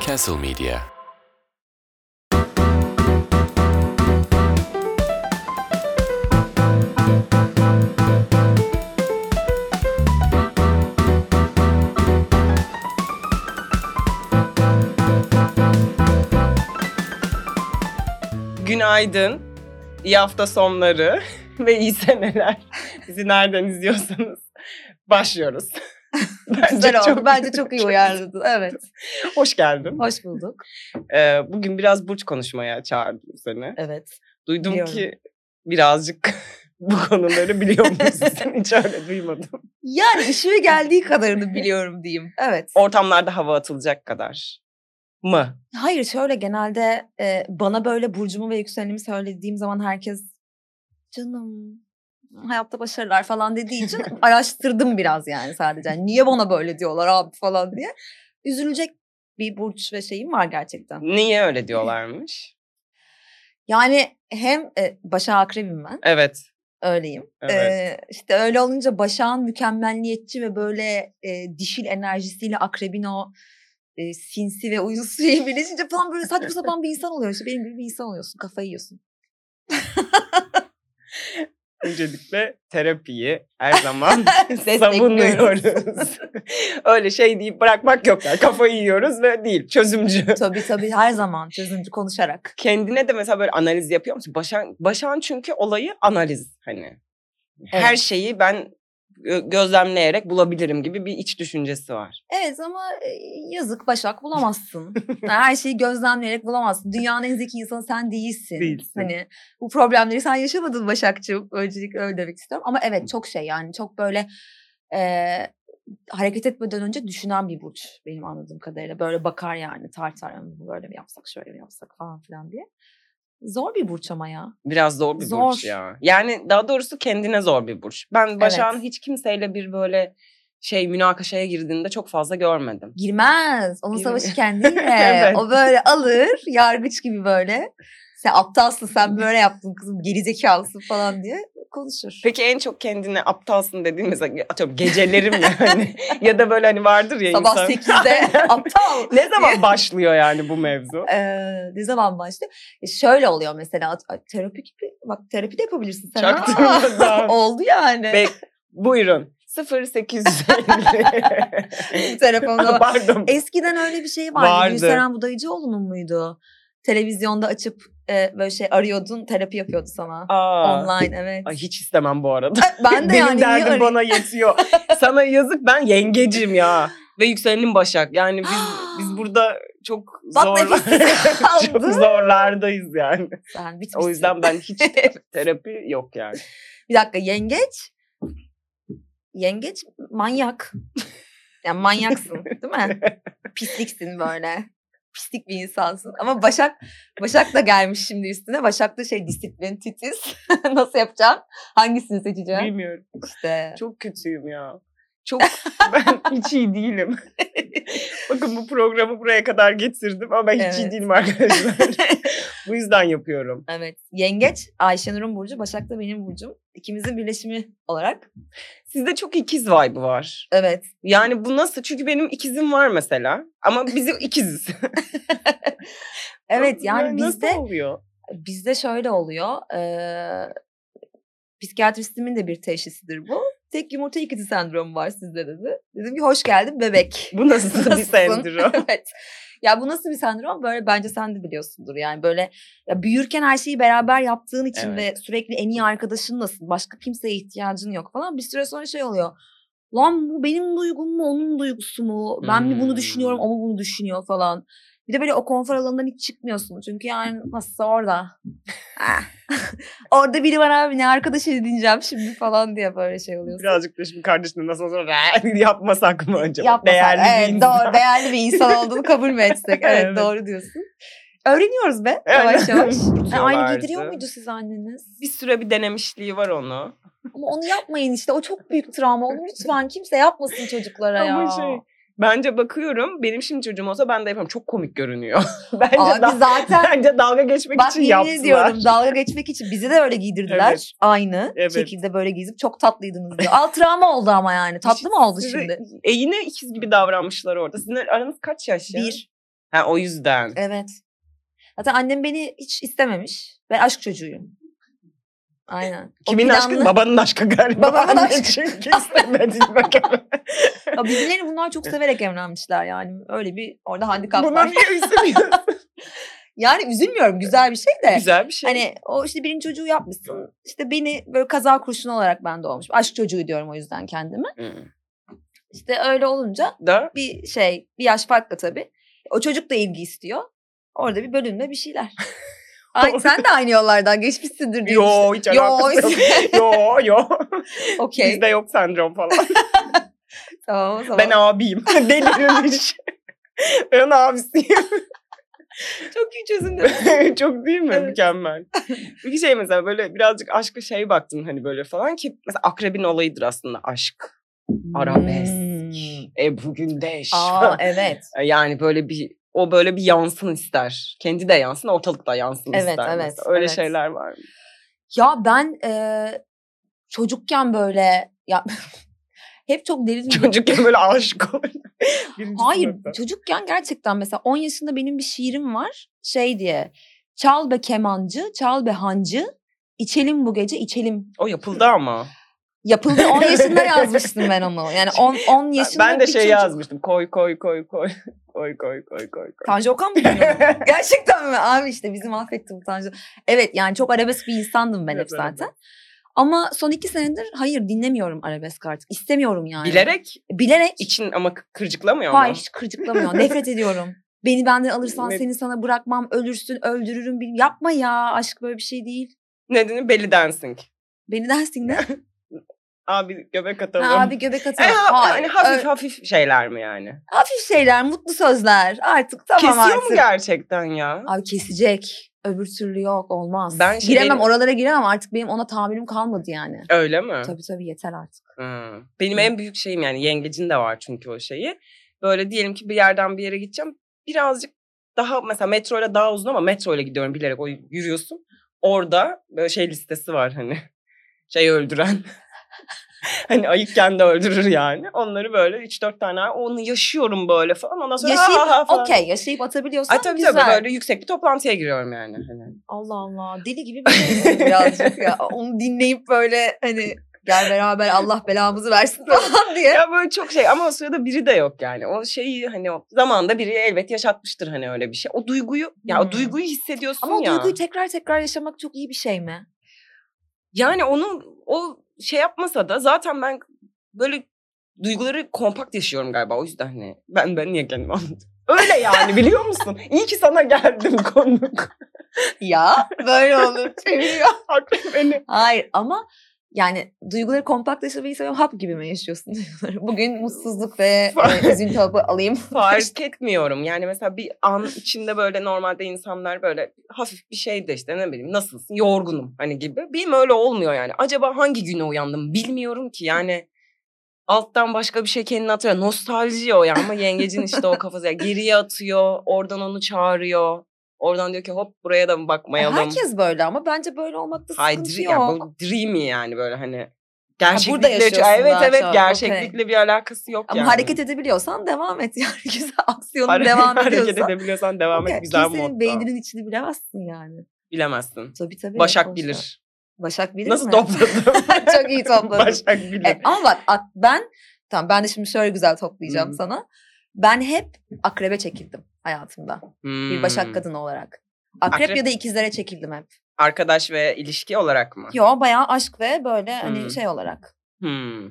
Castle Media. Günaydın, iyi hafta sonları ve iyi seneler. Bizi nereden izliyorsanız başlıyoruz. Bence Güzel oldu. Bence çok iyi çok- uyarladın. Evet. Hoş geldin. Hoş bulduk. Ee, bugün biraz burç konuşmaya çağırdım seni. Evet. Duydum Biliyorum. ki birazcık bu konuları biliyor musun? Hiç öyle duymadım. Yani işime geldiği kadarını biliyorum diyeyim. Evet. Ortamlarda hava atılacak kadar mı? Hayır şöyle genelde e, bana böyle burcumu ve yükselenimi söylediğim zaman herkes canım hayatta başarılar falan dediği için araştırdım biraz yani sadece. Yani Niye bana böyle diyorlar abi falan diye. Üzülecek bir burç ve şeyim var gerçekten. Niye öyle diyorlarmış? Yani hem e, Başak Akrebim ben. Evet. Öyleyim. Evet. Ee, işte öyle olunca Başak'ın mükemmelliyetçi ve böyle e, dişil enerjisiyle akrebin o e, sinsi ve uyuz şeyi birleşince falan böyle saçma sapan bir insan oluyor. İşte benim gibi bir insan oluyorsun. Kafayı yiyorsun. Öncelikle terapiyi her zaman Destekliyoruz. savunuyoruz. Öyle şey deyip bırakmak yok. Yani. Kafayı yiyoruz ve değil çözümcü. tabii tabii her zaman çözümcü konuşarak. Kendine de mesela böyle analiz yapıyor musun? Başan, Başan çünkü olayı analiz hani. Her Evet. şeyi ben gö- gözlemleyerek bulabilirim gibi bir iç düşüncesi var. Evet ama e, yazık Başak bulamazsın. Yani her şeyi gözlemleyerek bulamazsın. Dünyanın en zeki insanı sen değilsin. Değilsin. Hani bu problemleri sen yaşamadın Başakçığım. Öncelikle öyle demek istiyorum. Ama evet çok şey yani çok böyle e, hareket etmeden önce düşünen bir burç benim anladığım kadarıyla. Böyle bakar yani tartar yani bu böyle mi yapsak şöyle mi yapsak falan filan diye. Zor bir burç ama ya. Biraz zor bir Zor. burç ya. Yani daha doğrusu kendine zor bir burç. Ben Başak'ın Evet. hiç kimseyle bir böyle şey münakaşaya girdiğinde çok fazla görmedim. Girmez. Onun Girmiyor. savaşı kendiyle. Evet. O böyle alır yargıç gibi böyle. Sen aptalsın sen böyle yaptın kızım gerizekalısın falan diye konuşur. Peki en çok kendine aptalsın dediğin mesela atıyorum gecelerim yani ya da böyle hani vardır ya Sabah insan. 8'de aptal. ne zaman başlıyor yani bu mevzu? Ee, ne zaman başlıyor? E, şöyle oluyor mesela at- at- terapi gibi. Bak terapi de yapabilirsin sen. ha. Çaktırmadan. Oldu yani. Be- buyurun. 0850. Telefonda Pardon. Eskiden öyle bir şey vardı. Vardı. Gülseren Budayıcıoğlu'nun muydu? Televizyonda açıp e, böyle şey arıyordun terapi yapıyordu sana. Aa. Online evet. Ay hiç istemem bu arada. Ben de Benim yani niye derdim arayayım? bana yetiyor. Sana yazık ben yengecim ya. Ve yükselenim Başak. Yani biz biz burada çok Bak zor nefes çok aldı. zorlardayız yani. Ben bitmiştim. O yüzden ben hiç terapi yok yani. bir dakika yengeç. Yengeç manyak. Yani manyaksın değil mi? Pisliksin böyle. Pislik bir insansın. Ama Başak Başak da gelmiş şimdi üstüne. Başak da şey disiplin, titiz. Nasıl yapacağım? Hangisini seçeceğim? Bilmiyorum. İşte. Çok kötüyüm ya. Çok ben hiç iyi değilim. Bakın bu programı buraya kadar getirdim ama ben hiç iyi Evet. değilim arkadaşlar. bu yüzden yapıyorum. evet. Yengeç Ayşenur'un burcu, Başak da benim burcum. İkimizin birleşimi olarak. Sizde çok ikiz vibe'ı var. Evet. Yani bu nasıl? Çünkü benim ikizim var mesela. Ama biz ikiziz. Evet yani bizde Nasıl oluyor? Bizde şöyle oluyor. eee, psikiyatristimin de bir teşhisidir bu. Tek yumurta ikizi sendromu var sizde dedi. Dedim ki hoş geldin bebek. Bu nasıl bir Nasılsın? sendrom? evet. Ya bu nasıl bir sendrom? Böyle bence sen de biliyorsundur. Yani böyle ya büyürken her şeyi beraber yaptığın için ve sürekli en iyi arkadaşınlasın. Başka kimseye ihtiyacın yok falan. Bir süre sonra şey oluyor. Lan bu benim duygum mu onun duygusu mu? Ben mi bunu düşünüyorum Hmm. o mu bunu düşünüyor falan. Bir de böyle o konfor alanından hiç çıkmıyorsun. Çünkü yani nasılsa orada. Ah. orada biri var abi ne arkadaş edineceğim şimdi falan diye böyle şey oluyorsun. Birazcık da şimdi kardeşine nasıl olsa yapmasak mı acaba? Yapmasak. Değerli bir evet, insan. Doğru, değerli bir insan olduğunu kabul mü etsek? Evet, Evet. doğru diyorsun. Öğreniyoruz be Evet. yavaş yavaş. Ha, aynı Diyorlardı. giydiriyor muydu siz anneniz? Bir süre bir denemişliği var onu. Ama onu yapmayın işte o çok büyük travma. Onu lütfen kimse yapmasın çocuklara ya. Ama şey bence bakıyorum benim şimdi çocuğum olsa ben de yaparım. Çok komik görünüyor. bence, Abi da- zaten bence dalga geçmek bak için yemin yaptılar. ediyorum dalga geçmek için bizi de öyle giydirdiler. Evet. Aynı Evet. şekilde böyle giydirip çok tatlıydınız diyor. Al travma oldu ama yani tatlı mı oldu Size- şimdi? E yine ikiz gibi davranmışlar orada. Sizin aranız kaç yaş ya? Bir. Ha o yüzden. Evet. Zaten annem beni hiç istememiş. Ben aşk çocuğuyum. Aynen. O Kimin aşkı? planlı- Babanın aşkı galiba. Babamın Anne aşkı. Çünkü istemedi bakalım. Ya birbirlerini bunlar çok severek evlenmişler yani. Öyle bir orada handikap Buna var. niye üzülüyorsun? Yani üzülmüyorum güzel bir şey de. Güzel bir şey. Hani o işte birinci çocuğu yapmışsın. İşte beni böyle kaza kurşunu olarak ben doğmuşum. Aşk çocuğu diyorum o yüzden kendime. Hı. İşte öyle olunca Hmm. Da bir şey bir yaş farklı tabii. O çocuk da ilgi istiyor. Orada bir bölünme bir şeyler. Ay, sen de aynı yollardan geçmişsindir diye yo hiç düşünüyorum. alakası yok. Yo, Yo yo. Okey. Bizde yok sendrom falan. Tamam o zaman. Ben abiyim. Delirmiş. ben abisiyim. çok iyi çözüm dedim. Çok değil mi? Evet. Mükemmel. Bir şey mesela böyle birazcık aşka şey baktın hani böyle falan ki mesela akrebin olayıdır aslında aşk. Arabesk. Hmm. E bugün de eş. Aa evet. Yani böyle bir o böyle bir yansın ister. Kendi de yansın, ortalık da yansın Evet, ister. evet, mesela. Öyle evet. şeyler var mı? Ya ben eee, çocukken böyle ya hep çok derin bir- Çocukken böyle aşık olur. Birinci Hayır sınıfta. çocukken gerçekten mesela 10 yaşında benim bir şiirim var şey diye çal be kemancı çal be hancı içelim bu gece içelim O yapıldı ama. yapıldı 10 yaşında yazmıştım ben onu yani 10 10 yaşında ben de bir şey çocuk- yazmıştım. Koy koy koy koy. Koy koy koy koy koy. Tanju Okan mı dinliyor? Gerçekten mi? Abi işte bizi mahvetti bu Tanju. Evet yani çok arabesk bir insandım ben hep Evet, zaten. Ama son iki senedir hayır dinlemiyorum arabesk artık. İstemiyorum yani. Bilerek Bilerek. için ama kı- kırcıklamıyor mu? Hayır hiç kırcıklamıyor. Nefret ediyorum. Beni benden alırsan Ne- seni sana bırakmam. Ölürsün, öldürürüm. bil- Yapma ya. Aşk böyle bir şey değil. Nedeni belly dancing. Beni dersin ne? Abi göbek atalım. Ha, abi göbek E, atar. ha- Hayır. yani hafif Ö- hafif şeyler mi yani? hafif şeyler, mutlu sözler. Artık tamam Kesiyor artık. mu gerçekten ya? Abi kesecek. Öbür türlü yok olmaz. Ben şey- giremem benim- oralara giremem artık benim ona tahammülüm kalmadı yani. Öyle mi? Tabii tabii yeter artık. Hı. Benim Hı. en büyük şeyim yani yengecin de var çünkü o şeyi. Böyle diyelim ki bir yerden bir yere gideceğim. Birazcık daha mesela metroyla daha uzun ama metroyla gidiyorum bilerek o yürüyorsun. Orada böyle şey listesi var hani. Şey öldüren. hani ayıkken de öldürür yani. Onları böyle 3-4 tane var. onu yaşıyorum böyle falan. Ondan sonra Yaşayıp- ha ha ha falan. Okey yaşayıp atabiliyorsan Ay, tabii güzel. tabii böyle yüksek bir toplantıya giriyorum yani. Hani. Allah Allah deli gibi bir şey birazcık ya. Onu dinleyip böyle hani gel beraber Allah belamızı versin falan diye. Ya böyle çok şey ama o sırada biri de yok yani. O şeyi hani o zamanda biri elbet yaşatmıştır hani öyle bir şey. O duyguyu ya Hmm. o duyguyu hissediyorsun Ama o ya. duyguyu tekrar tekrar yaşamak çok iyi bir şey mi? Yani onu o şey yapmasa da zaten ben böyle duyguları kompakt yaşıyorum galiba. O yüzden hani ben ben niye kendimi anlatıyorum. Öyle yani biliyor musun? İyi ki sana geldim konuk. Ya böyle olur. Çeviriyor. Aklım beni. Hayır ama yani duyguları kompaktlaşmayı seviyorum. Hap gibi mi yaşıyorsun duyguları? Bugün mutsuzluk ve e, üzüntü hapı alayım. Fark etmiyorum. Yani mesela bir an içinde böyle normalde insanlar böyle hafif bir şey de işte ne bileyim nasılsın yorgunum hani gibi. Benim öyle olmuyor yani. Acaba hangi güne uyandım bilmiyorum ki yani. Alttan başka bir şey kendini atıyor. Nostalji o yani ama yengecin işte o kafası. Yani geriye atıyor. Oradan onu çağırıyor. Oradan diyor ki hop buraya da mı bakmayalım. E, Herkes böyle ama bence böyle olmakta sıkıntı Hayır, dri- yok. yani bu dreamy yani böyle hani. burada Gerçeklikle, yaşıyorsun evet daha evet çok, okey. gerçeklikle bir alakası yok Ama yani. hareket edebiliyorsan devam et yani. Güzel aksiyonun Hare- devam ediyorsa. Hareket edebiliyorsan devam Okey, et güzel kimsenin modda. beyninin içini bilemezsin yani. Bilemezsin. Tabii tabii. Başak o bilir. yüzden. Başak bilir Nasıl mi? topladım? Çok iyi topladın. Başak bilir. E, ama bak ak- ben tamam ben de şimdi şöyle güzel toplayacağım Hmm. sana. Ben hep akrebe çekildim hayatımda. Bir başak Hmm. kadın olarak. Akrep, Akrep- ya da ikizlere çekildim hep. Arkadaş ve ilişki olarak mı? Yo bayağı aşk ve böyle hani Ah. Hmm. şey olarak. Hmm.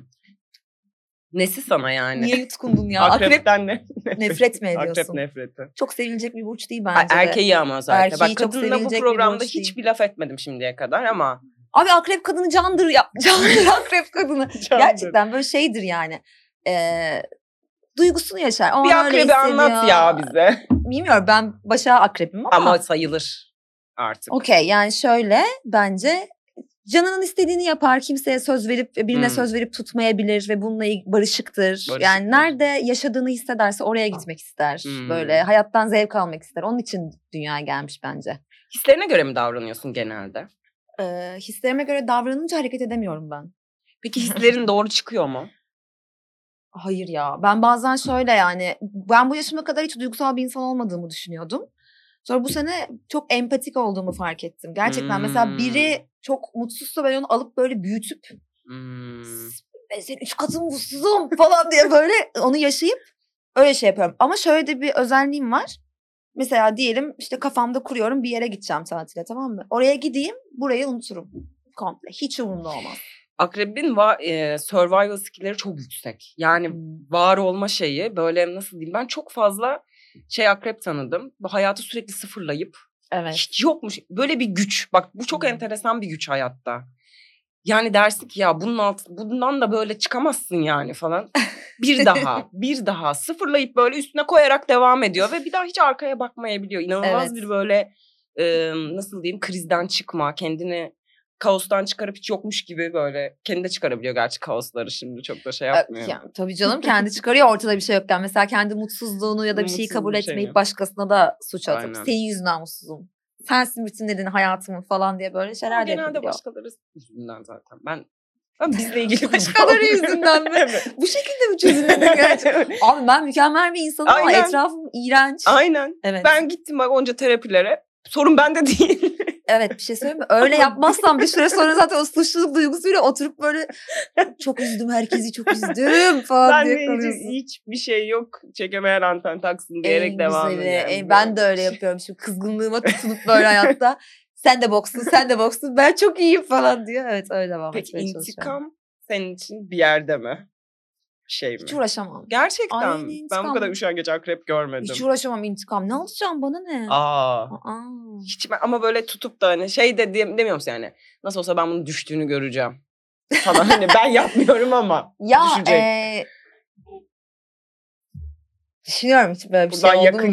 Nesi sana yani? Niye yutkundun ya? Akrep, Akrepten ne? nefret mi ediyorsun? Hani. Akrep nefreti. Çok sevilecek bir burç değil Ay, bence de. Erkeği ama zaten. Erkeği Bak çok kadınla bu sevilecek bir programda borç hiçbir değil. laf etmedim şimdiye kadar ama. Abi akrep kadını candır ya. Candır akrep kadını. Gerçekten böyle şeydir yani. Ee, duygusunu yaşar. O Bir an öyle akrebi anlat hissediyor. ya bize. Bilmiyorum ben başa akrebim ama. Ama sayılır artık. Okey yani şöyle bence e, canının istediğini yapar. Kimseye söz verip e, birine Hmm. söz verip tutmayabilir ve bununla il- barışıktır. Yani Barışıktır. nerede yaşadığını hissederse oraya gitmek ister. Hmm. Böyle hayattan zevk almak ister. Onun için dünyaya gelmiş bence. Hislerine göre mi davranıyorsun genelde? Ee, hislerime göre davranınca hareket edemiyorum ben. Peki hislerin doğru çıkıyor mu? Hayır ya ben bazen şöyle yani ben bu yaşıma kadar hiç duygusal bir insan olmadığımı düşünüyordum. Sonra bu sene çok empatik olduğumu fark ettim. Gerçekten mesela Hmm. biri çok mutsuzsa ben onu alıp böyle büyütüp Hmm. ben E, senin üç katın mutsuzum falan diye böyle onu yaşayıp öyle şey yapıyorum. Ama şöyle de bir özelliğim var. Mesela diyelim işte kafamda kuruyorum bir yere gideceğim tatile tamam mı? Oraya gideyim burayı unuturum. Komple. Hiç umurumda olmaz. Akrebin va- e, survival skill'leri çok yüksek. Yani var olma şeyi böyle nasıl diyeyim ben çok fazla şey akrep tanıdım. Bu hayatı sürekli sıfırlayıp Evet. hiç yokmuş. Böyle bir güç. Bak bu çok Hı. enteresan bir güç hayatta. Yani dersin ki ya bunun alt, bundan da böyle çıkamazsın yani falan. Bir daha, bir daha sıfırlayıp böyle üstüne koyarak devam ediyor ve bir daha hiç arkaya bakmayabiliyor. İnanılmaz Evet. bir böyle e, nasıl diyeyim krizden çıkma, kendini kaostan çıkarıp hiç yokmuş gibi böyle kendi de çıkarabiliyor gerçi kaosları şimdi çok da şey yapmıyor. Ya, tabii canım kendi çıkarıyor ortada bir şey yokken. Mesela kendi mutsuzluğunu ya da bir şeyi Mutsuz kabul bir şey etmeyip mi? başkasına da suç atıp Aynen. senin yüzünden mutsuzum. Sensin bütünledin hayatımı falan diye böyle Ama şeyler de genelde yapabiliyor. başkaları yüzünden zaten. Ben, ben bizle ilgili Başkaları yüzünden mi? Evet. Bu şekilde mi çözümledin gerçekten? Abi ben mükemmel bir insanım ama Aynen. etrafım iğrenç. Aynen. Evet. Ben gittim bak onca terapilere. Sorun bende değil. Evet bir şey söyleyeyim mi? Öyle yapmazsam bir süre sonra zaten o suçluluk duygusuyla oturup böyle çok üzdüm herkesi çok üzdüm falan ben diye de kalıyorsun. hiç, hiçbir şey yok. Çekemeyen anten taksın diyerek En devam güzeli, ediyor. en- ben de öyle yapıyorum şimdi kızgınlığıma tutunup böyle hayatta. Sen de boksun, sen de boksun. Ben çok iyiyim falan diyor. Evet öyle devam Peki etmeye çalışıyorum. intikam senin için bir yerde mi? Bir Şey mi? Hiç uğraşamam. Gerçekten Ay, mi? Ben bu intikam. kadar üşengeç akrep görmedim. Hiç uğraşamam intikam. Ne alacağım bana ne? Aa. Aa. Hiç ben- ama böyle tutup da hani şey de diyem- demiyorum size yani. Nasıl olsa ben bunun düştüğünü göreceğim. Falan hani ben yapmıyorum ama. Ya Düşecek. eee, düşünüyorum hiç böyle bir Buradan şey oldu yakın mu bir-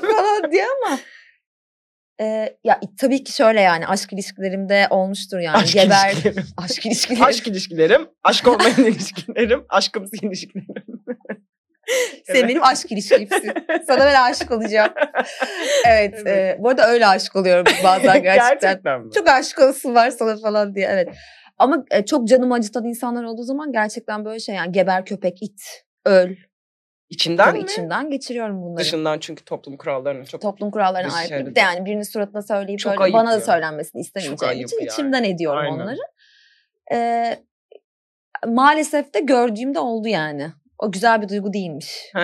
falan diye ama eee, ya tabii ki şöyle yani aşk ilişkilerimde olmuştur yani aşk geber ilişkilerim. aşk ilişkileri aşk ilişkilerim. Aşk olmayan ilişkilerim. Aşkımsı ilişkilerim. Sen benim aşk ilişkimsin. Sana ben aşık olacağım. Evet. Evet. eee, bu arada öyle aşık oluyorum bazen gerçekten. mi? çok aşık olsun var sana falan diye evet. Ama e, çok canımı acıtan insanlar olduğu zaman gerçekten böyle şey yani geber köpek it öl. İçinden Tabii mi? içimden geçiriyorum bunları. Dışından çünkü toplum kurallarını çok toplum kurallarına Dışarıda. aykırı. Bir de yani birinin suratına söyleyip Çok öyle ayıp bana da ya. söylenmesini Çok istemeyeceğim ayıp için yani. içimden ediyorum Aynen. onları. Ee, maalesef de gördüğümde oldu yani. O güzel bir duygu değilmiş. He.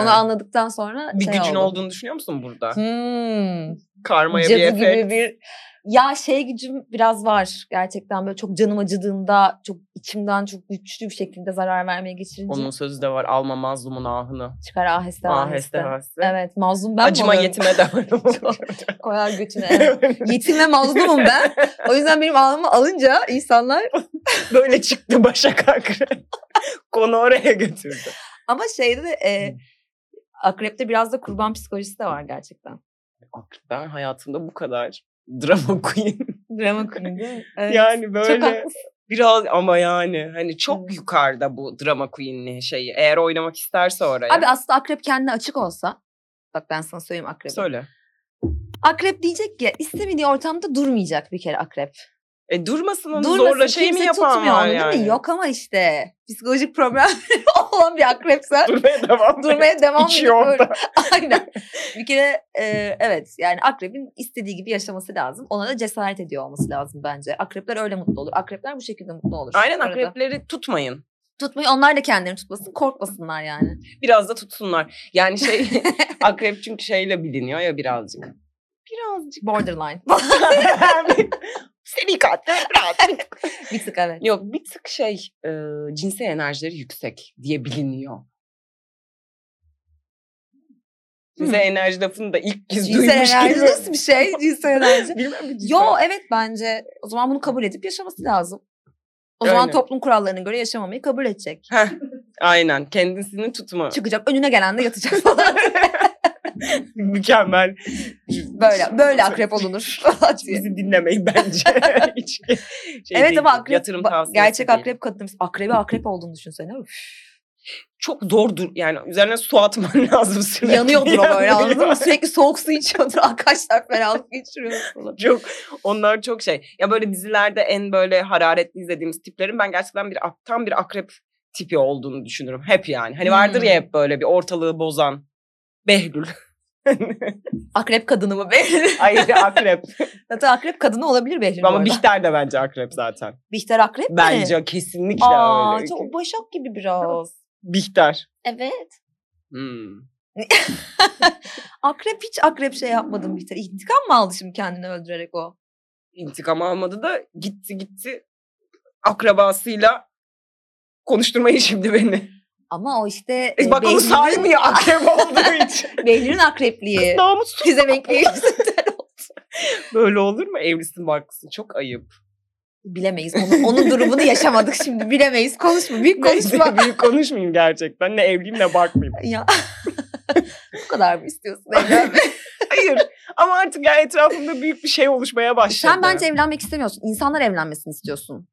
Onu anladıktan sonra bir şey gücün oldu. olduğunu düşünüyor musun burada? Hmm, Karmaya cadı bir gibi efekt. bir ya şey gücüm biraz var gerçekten böyle çok canım acıdığında çok içimden çok güçlü bir şekilde zarar vermeye geçirince Onun sözü de var. Alma mazlumun ahını. çıkar Aheste aheste aheste. aheste. Evet mazlum ben mi Acıma oluyorum? yetime de var. Koyar götüne. evet. Yetim ve mazlumum ben. O yüzden benim ağlamı alınca insanlar Böyle çıktı Başak Akrep. Konu oraya götürdü. ama şeyde de e, akrepte biraz da kurban psikolojisi de var gerçekten. Ben hayatımda bu kadar drama queen. Drama queen değil mi? Evet. Yani böyle... Çok haklısın. Biraz ama yani hani çok Evet. yukarıda bu drama queen'li şeyi. Eğer oynamak isterse oraya. Abi aslında akrep kendine açık olsa bak ben sana söyleyeyim akrebi. Söyle. Akrep diyecek ki istemediği ortamda durmayacak bir kere akrep. E durmasın onu Durmasın zorla şey mi kimse yapan tutmuyor var onu yani. değil mi? Yok ama işte psikolojik problem olan bir akrepsen Durmaya devam. Durmaya durmaya devam edip İçiyor böyle- orada. Aynen. Bir kere e, evet yani akrebin istediği gibi yaşaması lazım. Ona da cesaret ediyor olması lazım bence. Akrepler öyle mutlu olur. Akrepler bu şekilde mutlu olur. Aynen Bu arada. akrepleri tutmayın. Tutmayı onlar da kendilerini tutmasın. Korkmasınlar yani. Biraz da tutsunlar. Yani şey akrep çünkü şeyle biliniyor ya birazcık. Birazcık. Borderline. Seni kattı. bir tık evet. Yok bir tık şey e, cinsel enerjileri yüksek diye biliniyor. Cinsel enerji lafını da ilk kez Cinsel duymuş enerji gibi. nasıl bir şey? Cinsel enerji. Bilmem bir cinsel- Yo evet bence o zaman bunu kabul edip yaşaması lazım. O zaman Aynen. toplum kurallarına göre yaşamamayı kabul edecek. Heh, aynen kendisini tutma. Çıkacak önüne gelen de yatacak falan. Mükemmel. böyle böyle akrep olunur. falan diye. Bizi dinlemeyin bence. Hiç şey evet değil, ama akrep yatırım ba- tavsiyesi gerçek değil. akrep kadınımız. Akrebi akrep olduğunu düşünsene. Üf. çok zor dur yani üzerine su atman lazım sürekli. Yanıyordur o böyle Yanıyor. anladın mı? Sürekli soğuk su içiyordur. Arkadaşlar ferahlık geçiriyor falan. Çok onlar çok şey. Ya böyle dizilerde en böyle hararetli izlediğimiz tiplerin ben gerçekten bir ak- tam bir akrep tipi olduğunu düşünürüm. Hep yani. Hani vardır ya Hmm. hep böyle bir ortalığı bozan. Behlül. Akrep kadını mı Behlül? Ayrıca akrep. Zaten akrep kadını olabilir Behlül bu Ama arada. Bihter de bence akrep zaten. Bihter akrep mi? Bence kesinlikle Aa, öyle. çok başak gibi biraz. Bihter. Evet. Hmm. Akrep hiç akrep şey yapmadım Bihter. İntikam mı aldı şimdi kendini öldürerek o? İntikam almadı da gitti gitti akrabasıyla konuşturmayın şimdi beni. Ama o işte E, e, Bak onun Behlül'ün- sahibi ya akrep olduğu için. Behlül'ün akrepliği. Namussuz. Size bekliyoruz. Böyle olur mu? Evlisin barklısın. Çok ayıp. Bilemeyiz. Onun, onun durumunu yaşamadık şimdi. Bilemeyiz. Konuşma. Büyük konuşma. Neyse büyük konuşmayayım gerçekten. Ne evliyim ne barklıyım. ya. Bu kadar mı istiyorsun evlenmek? Hayır. Ama artık ya etrafımda büyük bir şey oluşmaya başladı. Sen bence evlenmek istemiyorsun. İnsanlar evlenmesini istiyorsun.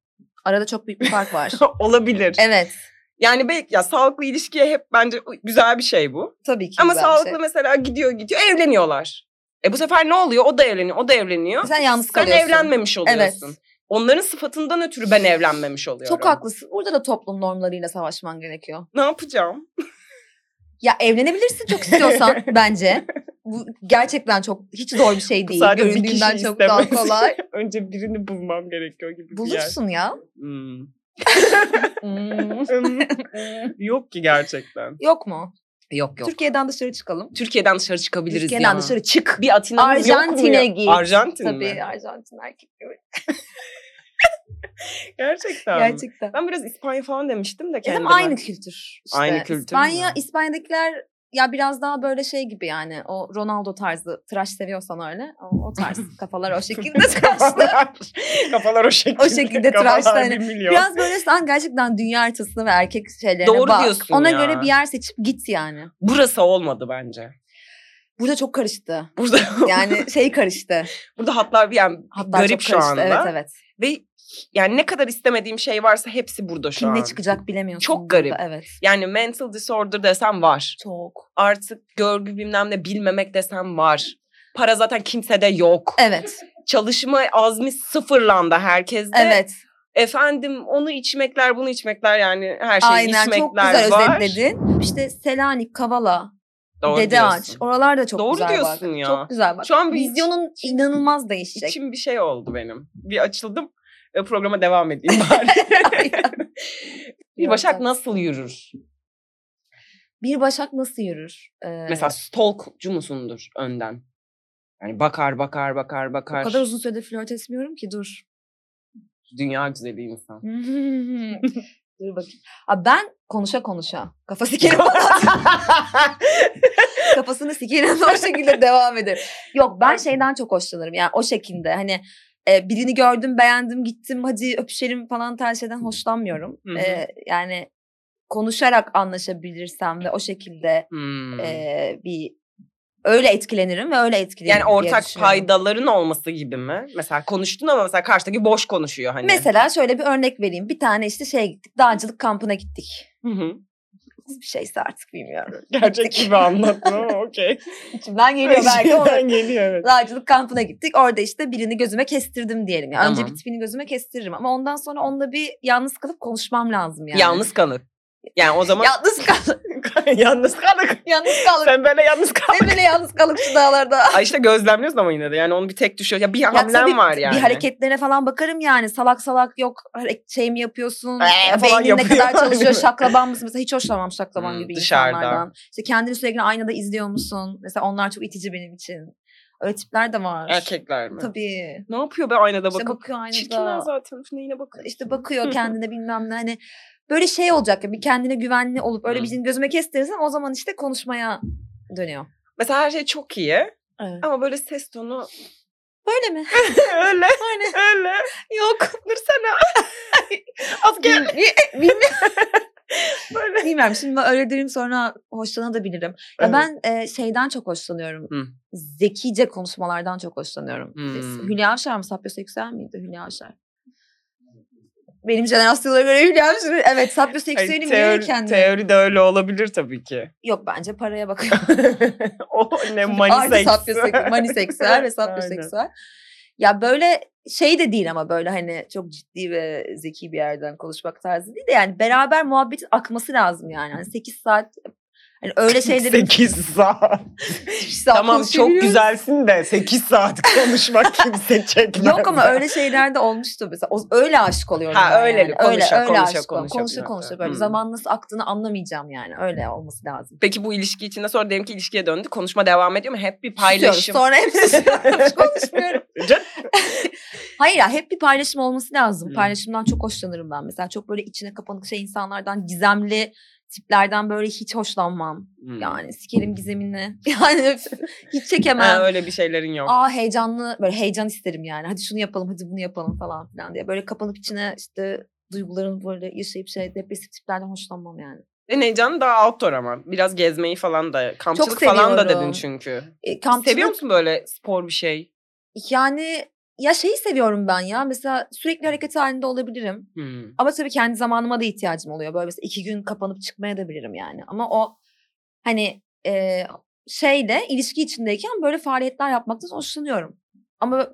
Arada çok büyük bir fark var. Olabilir. evet. Yani belki ya sağlıklı ilişkiye hep bence güzel bir şey bu. Tabii ki. Ama güzel bir sağlıklı şey. mesela gidiyor gidiyor evleniyorlar. E bu sefer ne oluyor? O da evleniyor, o da evleniyor. Sen yalnız Sen kalıyorsun. evlenmemiş oluyorsun. Onların sıfatından ötürü ben evlenmemiş oluyorum. Çok haklısın. Burada da toplum normlarıyla savaşman gerekiyor. Ne yapacağım? Ya evlenebilirsin çok istiyorsan bence. Bu gerçekten çok hiç zor bir şey değil. Sadece bir Göründüğünden kişi çok daha istemez. kolay. Önce birini bulmam gerekiyor gibi bir yer. Bulursun ya. Hmm. Hmm. Hmm. Yok ki gerçekten. Yok mu? Yok yok. Türkiye'den dışarı çıkalım. Türkiye'den dışarı çıkabiliriz Türkiye'den ya. dışarı çık. Bir Atina'mız yok mu Arjantin'e ya? git. Arjantin Tabii mi? Arjantin erkek gibi. Gerçekten. Gerçekten. Gerçekten. Ben biraz İspanya falan demiştim de Hem kendime. aynı kültür. işte. Aynı kültür İspanya, mü? İspanya'dakiler ya biraz daha böyle şey gibi yani o Ronaldo tarzı tıraş seviyorsan öyle o, o tarz kafalar o şekilde tıraşlı. Kafalar, kafalar o şekilde. şekilde Kafalar tıraşlı hani. bir milyon. Biraz böyle sen gerçekten dünya haritasına ve erkek şeylerine Doğru bak. diyorsun Ona ya. göre bir yer seçip git yani. Burası olmadı bence. Burada çok karıştı. Burada Yani şey karıştı. burada hatlar bir yani Hatta garip çok şu karıştı. anda. Evet evet. Ve yani ne kadar istemediğim şey varsa hepsi burada şu Kim ne an. çıkacak bilemiyorsun. Çok burada, garip. Evet. Yani mental disorder desem var. Çok. Artık görgü bilmem ne bilmemek desem var. Para zaten kimsede yok. Evet. Çalışma azmi sıfırlandı herkeste. Evet. Efendim onu içmekler bunu içmekler yani her şeyi Aynen içmekler çok güzel var. özetledin. İşte Selanik, Kavala, Doğru Dede diyorsun. Ağaç. Oralar da çok Doğru güzel diyorsun bak. ya. Çok güzel bak. Şu an bir şey. Vizyonun inanılmaz değişecek. İçim bir şey oldu benim. Bir açıldım. e, Programa devam edeyim bari. bir Yok, Başak yok. nasıl yürür? Bir Başak nasıl yürür? Ee, Mesela stalkcu musundur önden? Yani bakar bakar bakar bakar. o kadar uzun süredir flört etmiyorum ki dur. Dünya güzeli insan. dur bakayım. Aa, ben konuşa konuşa. Kafa sikerim. kafasını sikerim o şekilde devam ederim. Yok ben şeyden çok hoşlanırım yani o şekilde hani e, birini gördüm beğendim gittim hadi öpüşelim falan tarzı şeyden hoşlanmıyorum. Hı hı. E, yani konuşarak anlaşabilirsem ve o şekilde Hmm. e, bir öyle etkilenirim ve öyle etkilenirim yani diye ortak düşünüyorum. paydaların olması gibi mi? Mesela konuştun ama mesela karşıdaki boş konuşuyor hani. Mesela şöyle bir örnek vereyim. Bir tane işte şeye gittik. Dağcılık kampına gittik. Hı hı. Bir şeyse artık bilmiyorum. Gerçek gibi anlattın ama okey. İçimden geliyor belki ama Şeyden geliyor evet. Dağcılık kampına gittik. Orada işte birini gözüme kestirdim diyelim. Yani Önce Tamam. bir tipini gözüme kestiririm ama ondan sonra onunla bir yalnız kalıp konuşmam lazım yani. Yalnız kalır. Yani o zaman Yalnız kalıp. yalnız kalır. yalnız kalıp. Sen böyle yalnız kal. Ne böyle yalnız kalıp şu dağlarda. Ay işte gözlemliyorsun ama yine de yani onu bir tek düşüyor. Ya bir Ya hamlem tabii var yani. Bir hareketlerine falan bakarım yani. Salak salak yok hare- şey mi yapıyorsun? Ee, Ya falan Beynin ne yapıyor. kadar çalışıyor? şaklaban mısın? Mesela hiç hoşlanmam şaklaban Hmm, gibi dışarıda. insanlardan. İşte kendini sürekli aynada izliyor musun? Mesela onlar çok itici benim için. Öyle tipler de var. Erkekler mi? Tabii. Ne yapıyor be aynada İşte bakıp? bakıyor aynada. Çirkinler zaten. Üf, Neyine bakıyor? işte bakıyor kendine bilmem ne hani böyle şey olacak ya bir kendine güvenli olup öyle Hı. birini gözüme kestirirsen o zaman işte konuşmaya dönüyor. Mesela her şey çok iyi Evet. ama böyle ses tonu Böyle mi? öyle Öyle. öyle. Yok. Nursena. Asker Bilmiyorum. böyle. Bilmiyorum. Şimdi ben öyle derim sonra hoşlanabilirim. Ya ben e, şeyden çok hoşlanıyorum. Hı. Zekice konuşmalardan çok hoşlanıyorum. Hmm. Hülya Avşar mı? Sapyosu Yüksel miydi? Hülya Avşar. Benim jenerasyonlara göre Hülya Avşar. Evet Sapyosu Ay, Yüksel'in teori, yeri kendine. teori de öyle olabilir tabii ki. Yok bence paraya bakıyor. o ne Artı maniseks. sapyoseksüel, maniseksüel ve sapyoseksüel. Ya böyle şey de değil ama böyle hani çok ciddi ve zeki bir yerden konuşmak tarzı değil de yani beraber muhabbetin akması lazım yani. Hani 8 saat hani öyle şeyleri 8 saat. 8 saat tamam çok konuşabiliyoruz. güzelsin de 8 saat konuşmak kimse çekmez. Yok ama öyle şeyler de olmuştu mesela. O- öyle aşık oluyorum. Ha, ben öyle, yani. konuşa, konuşa, aşık oluyorum. konuşa konuşa, bir konuşa nokta. böyle. Hmm. Zaman nasıl aktığını anlamayacağım yani. Öyle olması lazım. Peki bu ilişki içinde sonra diyelim ki ilişkiye döndü. Konuşma devam ediyor mu? Hep bir Susuyorum. paylaşım. Sonra hep susuyorum. Hiç konuşmuyorum. E, Canım. Hayır ya hep bir paylaşım olması lazım. Hmm. Paylaşımdan çok hoşlanırım ben mesela. Çok böyle içine kapanık şey insanlardan gizemli tiplerden böyle hiç hoşlanmam. Hmm. Yani sikerim gizemini. Yani hiç Ha, çekemem. öyle bir şeylerin yok. Aa heyecanlı böyle heyecan isterim yani. Hadi şunu yapalım hadi bunu yapalım falan filan diye. Böyle kapanıp içine işte duygularını böyle yaşayıp şey depresif tiplerden hoşlanmam yani. Senin heyecanın E, daha outdoor ama. Biraz gezmeyi falan da. Kampçılık falan da dedin seviyorum. çünkü. E, kampçılık- Seviyor musun böyle spor bir şey? Yani ya şeyi seviyorum ben ya. Mesela sürekli hareket halinde olabilirim. Hmm. Ama tabii kendi zamanıma da ihtiyacım oluyor. Böyle mesela iki gün kapanıp çıkmaya da bilirim yani. Ama o hani e, şeyle ilişki içindeyken böyle faaliyetler yapmaktan hoşlanıyorum. Ama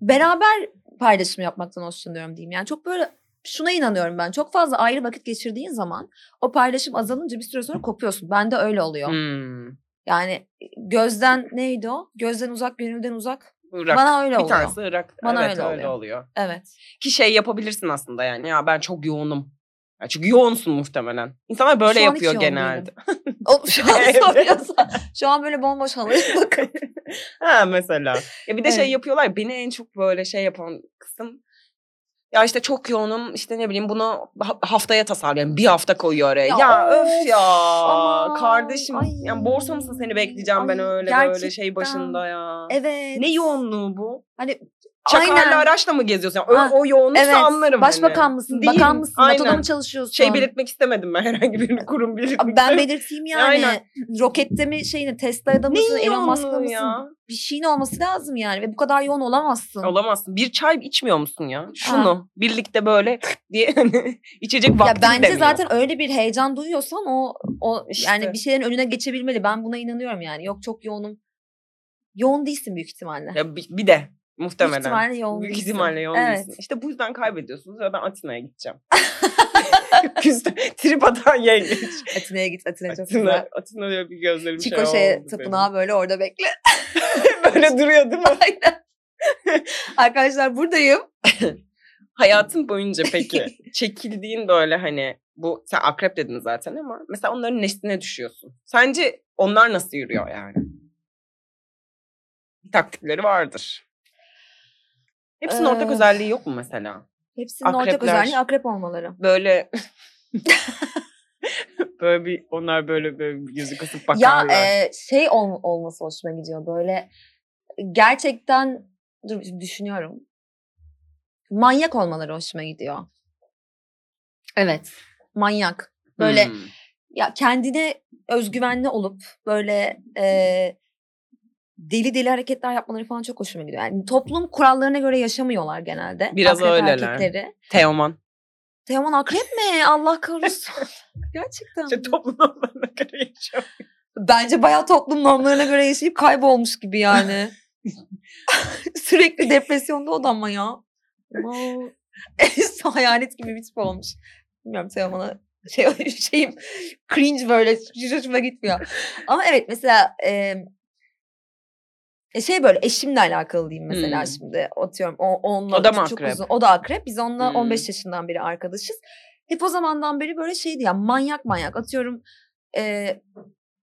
beraber paylaşım yapmaktan hoşlanıyorum diyeyim. Yani çok böyle şuna inanıyorum ben. Çok fazla ayrı vakit geçirdiğin zaman o paylaşım azalınca bir süre sonra kopuyorsun. Bende öyle oluyor. Hmm. Yani gözden neydi o? Gözden uzak, gönülden uzak. Irak. Bana öyle bir oluyor. tanesi Irak. Bana evet, öyle öyle, oluyor. oluyor. Evet. Ki şey yapabilirsin aslında yani. Ya ben çok yoğunum. Ya çünkü yoğunsun muhtemelen. İnsanlar böyle Şu an hiç yapıyor yoğun genelde. Oğlum şu an Evet. soruyorsan. Şu an böyle bomboş halıya bakıyorum. ha mesela. Ya bir de şey Evet. yapıyorlar. ya, Beni en çok böyle şey yapan kısım. Ya işte çok yoğunum işte ne bileyim bunu ha- haftaya tasarlayalım. Bir hafta koyuyor oraya. Ya, Ya öf of, ya aman, kardeşim. ay, yani borsa mısın seni bekleyeceğim ben ay, öyle böyle şey gerçekten. başında ya. Evet. Ne yoğunluğu bu? Hani Çakarlı aynen. araçla mı geziyorsun? Yani, Ha, o, o yoğunluksa Evet. anlarım. Başbakan hani. mısın? Değil, Bakan mısın? aynen. NATO'da mı çalışıyorsun? Şey belirtmek istemedim ben herhangi bir kurum belirtmek Abi ben istemedim. belirteyim yani. Aynen. Rokette mi şeyini Tesla'ya da mısın? Neyin Elon Musk'la yoğunluğu mısın? ya? Bir şeyin olması lazım yani. Ve bu kadar yoğun olamazsın. Olamazsın. Bir çay içmiyor musun ya? Şunu birlikte böyle diye hani içecek vaktin ya de bence mi zaten yok? öyle bir heyecan duyuyorsan o o İşte. yani bir şeylerin önüne geçebilmeli. Ben buna inanıyorum yani. Yok çok yoğunum. Yoğun değilsin büyük ihtimalle. Ya bir, bir de muhtemelen. Büyük ihtimalle yoğun Büyük değilsin. ihtimalle yoğun Evet. değilsin. İşte bu yüzden kaybediyorsunuz ve ben Atina'ya gideceğim. Küste trip atan yengeç. Atina'ya git. Atina çok Atina, güzel. Atina diyor bir gözlerim Çiko şey şey oldu tapınağı böyle orada bekle. benim. böyle duruyor değil mi? Aynen. Arkadaşlar buradayım. Hayatın boyunca peki çekildiğin böyle hani bu sen akrep dedin zaten ama mesela onların nesline düşüyorsun. Sence onlar nasıl yürüyor yani? Taktikleri vardır. Hepsinin ortak Ee, özelliği yok mu mesela? Hepsinin ortak Akrepler. özelliği akrep olmaları. Böyle böyle bir onlar böyle böyle bir yüzü kısıp bakarlar. Ya e, şey ol- olması hoşuma gidiyor böyle e, gerçekten dur düşünüyorum. Manyak olmaları hoşuma gidiyor. Evet. Manyak. Böyle Hmm. ya kendine özgüvenli olup böyle e, deli deli hareketler yapmaları falan çok hoşuma gidiyor. Yani toplum kurallarına göre yaşamıyorlar genelde. Biraz öyleler. erkekleri. Teoman. Teoman akrep mi? Allah korusun. Gerçekten. İşte toplumlarına göre yaşıyor. Bence bayağı toplum normlarına göre yaşayıp kaybolmuş gibi yani. Sürekli depresyonda o da ama ya. Wow. Hayalet gibi bir tip olmuş. Bilmiyorum Teoman'a şey, şeyim cringe böyle hiç hoşuma gitmiyor. Ama evet mesela e, e, şey böyle eşimle alakalı diyeyim mesela Hmm. şimdi atıyorum. O, onunla O da mı çok akrep? uzun- O da akrep. Biz onunla Hmm. 15 yaşından beri arkadaşız. Hep o zamandan beri böyle şeydi ya manyak manyak atıyorum e,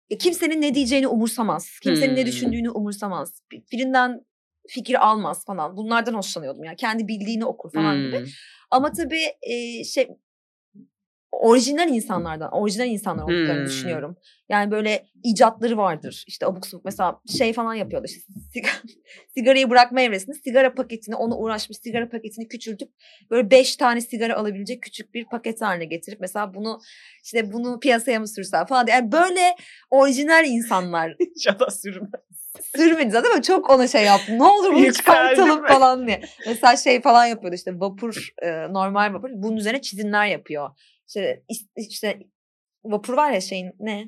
e, kimsenin ne diyeceğini umursamaz. Kimsenin ne Hmm. düşündüğünü umursamaz. Bir- Birinden fikir almaz falan. Bunlardan hoşlanıyordum ya. Kendi bildiğini okur falan gibi. Hmm. Ama tabii e, şey orijinal insanlardan, orijinal insanlar olduklarını Hmm. düşünüyorum. Yani böyle icatları vardır. İşte abuk subuk mesela şey falan yapıyordu. İşte sig- sigarayı bırakma evresinde sigara paketini, ona uğraşmış sigara paketini küçültüp böyle beş tane sigara alabilecek küçük bir paket haline getirip mesela bunu işte bunu piyasaya mı sürsen falan. diye. Yani böyle orijinal insanlar İnşallah sürme. sürmedi zaten ama çok ona şey yaptım. Ne olur bunu Yükseldi çıkartalım mi? falan diye. Mesela şey falan yapıyordu işte vapur e, normal vapur. Bunun üzerine çizimler yapıyor. İşte, is- işte vapur var ya şeyin ne?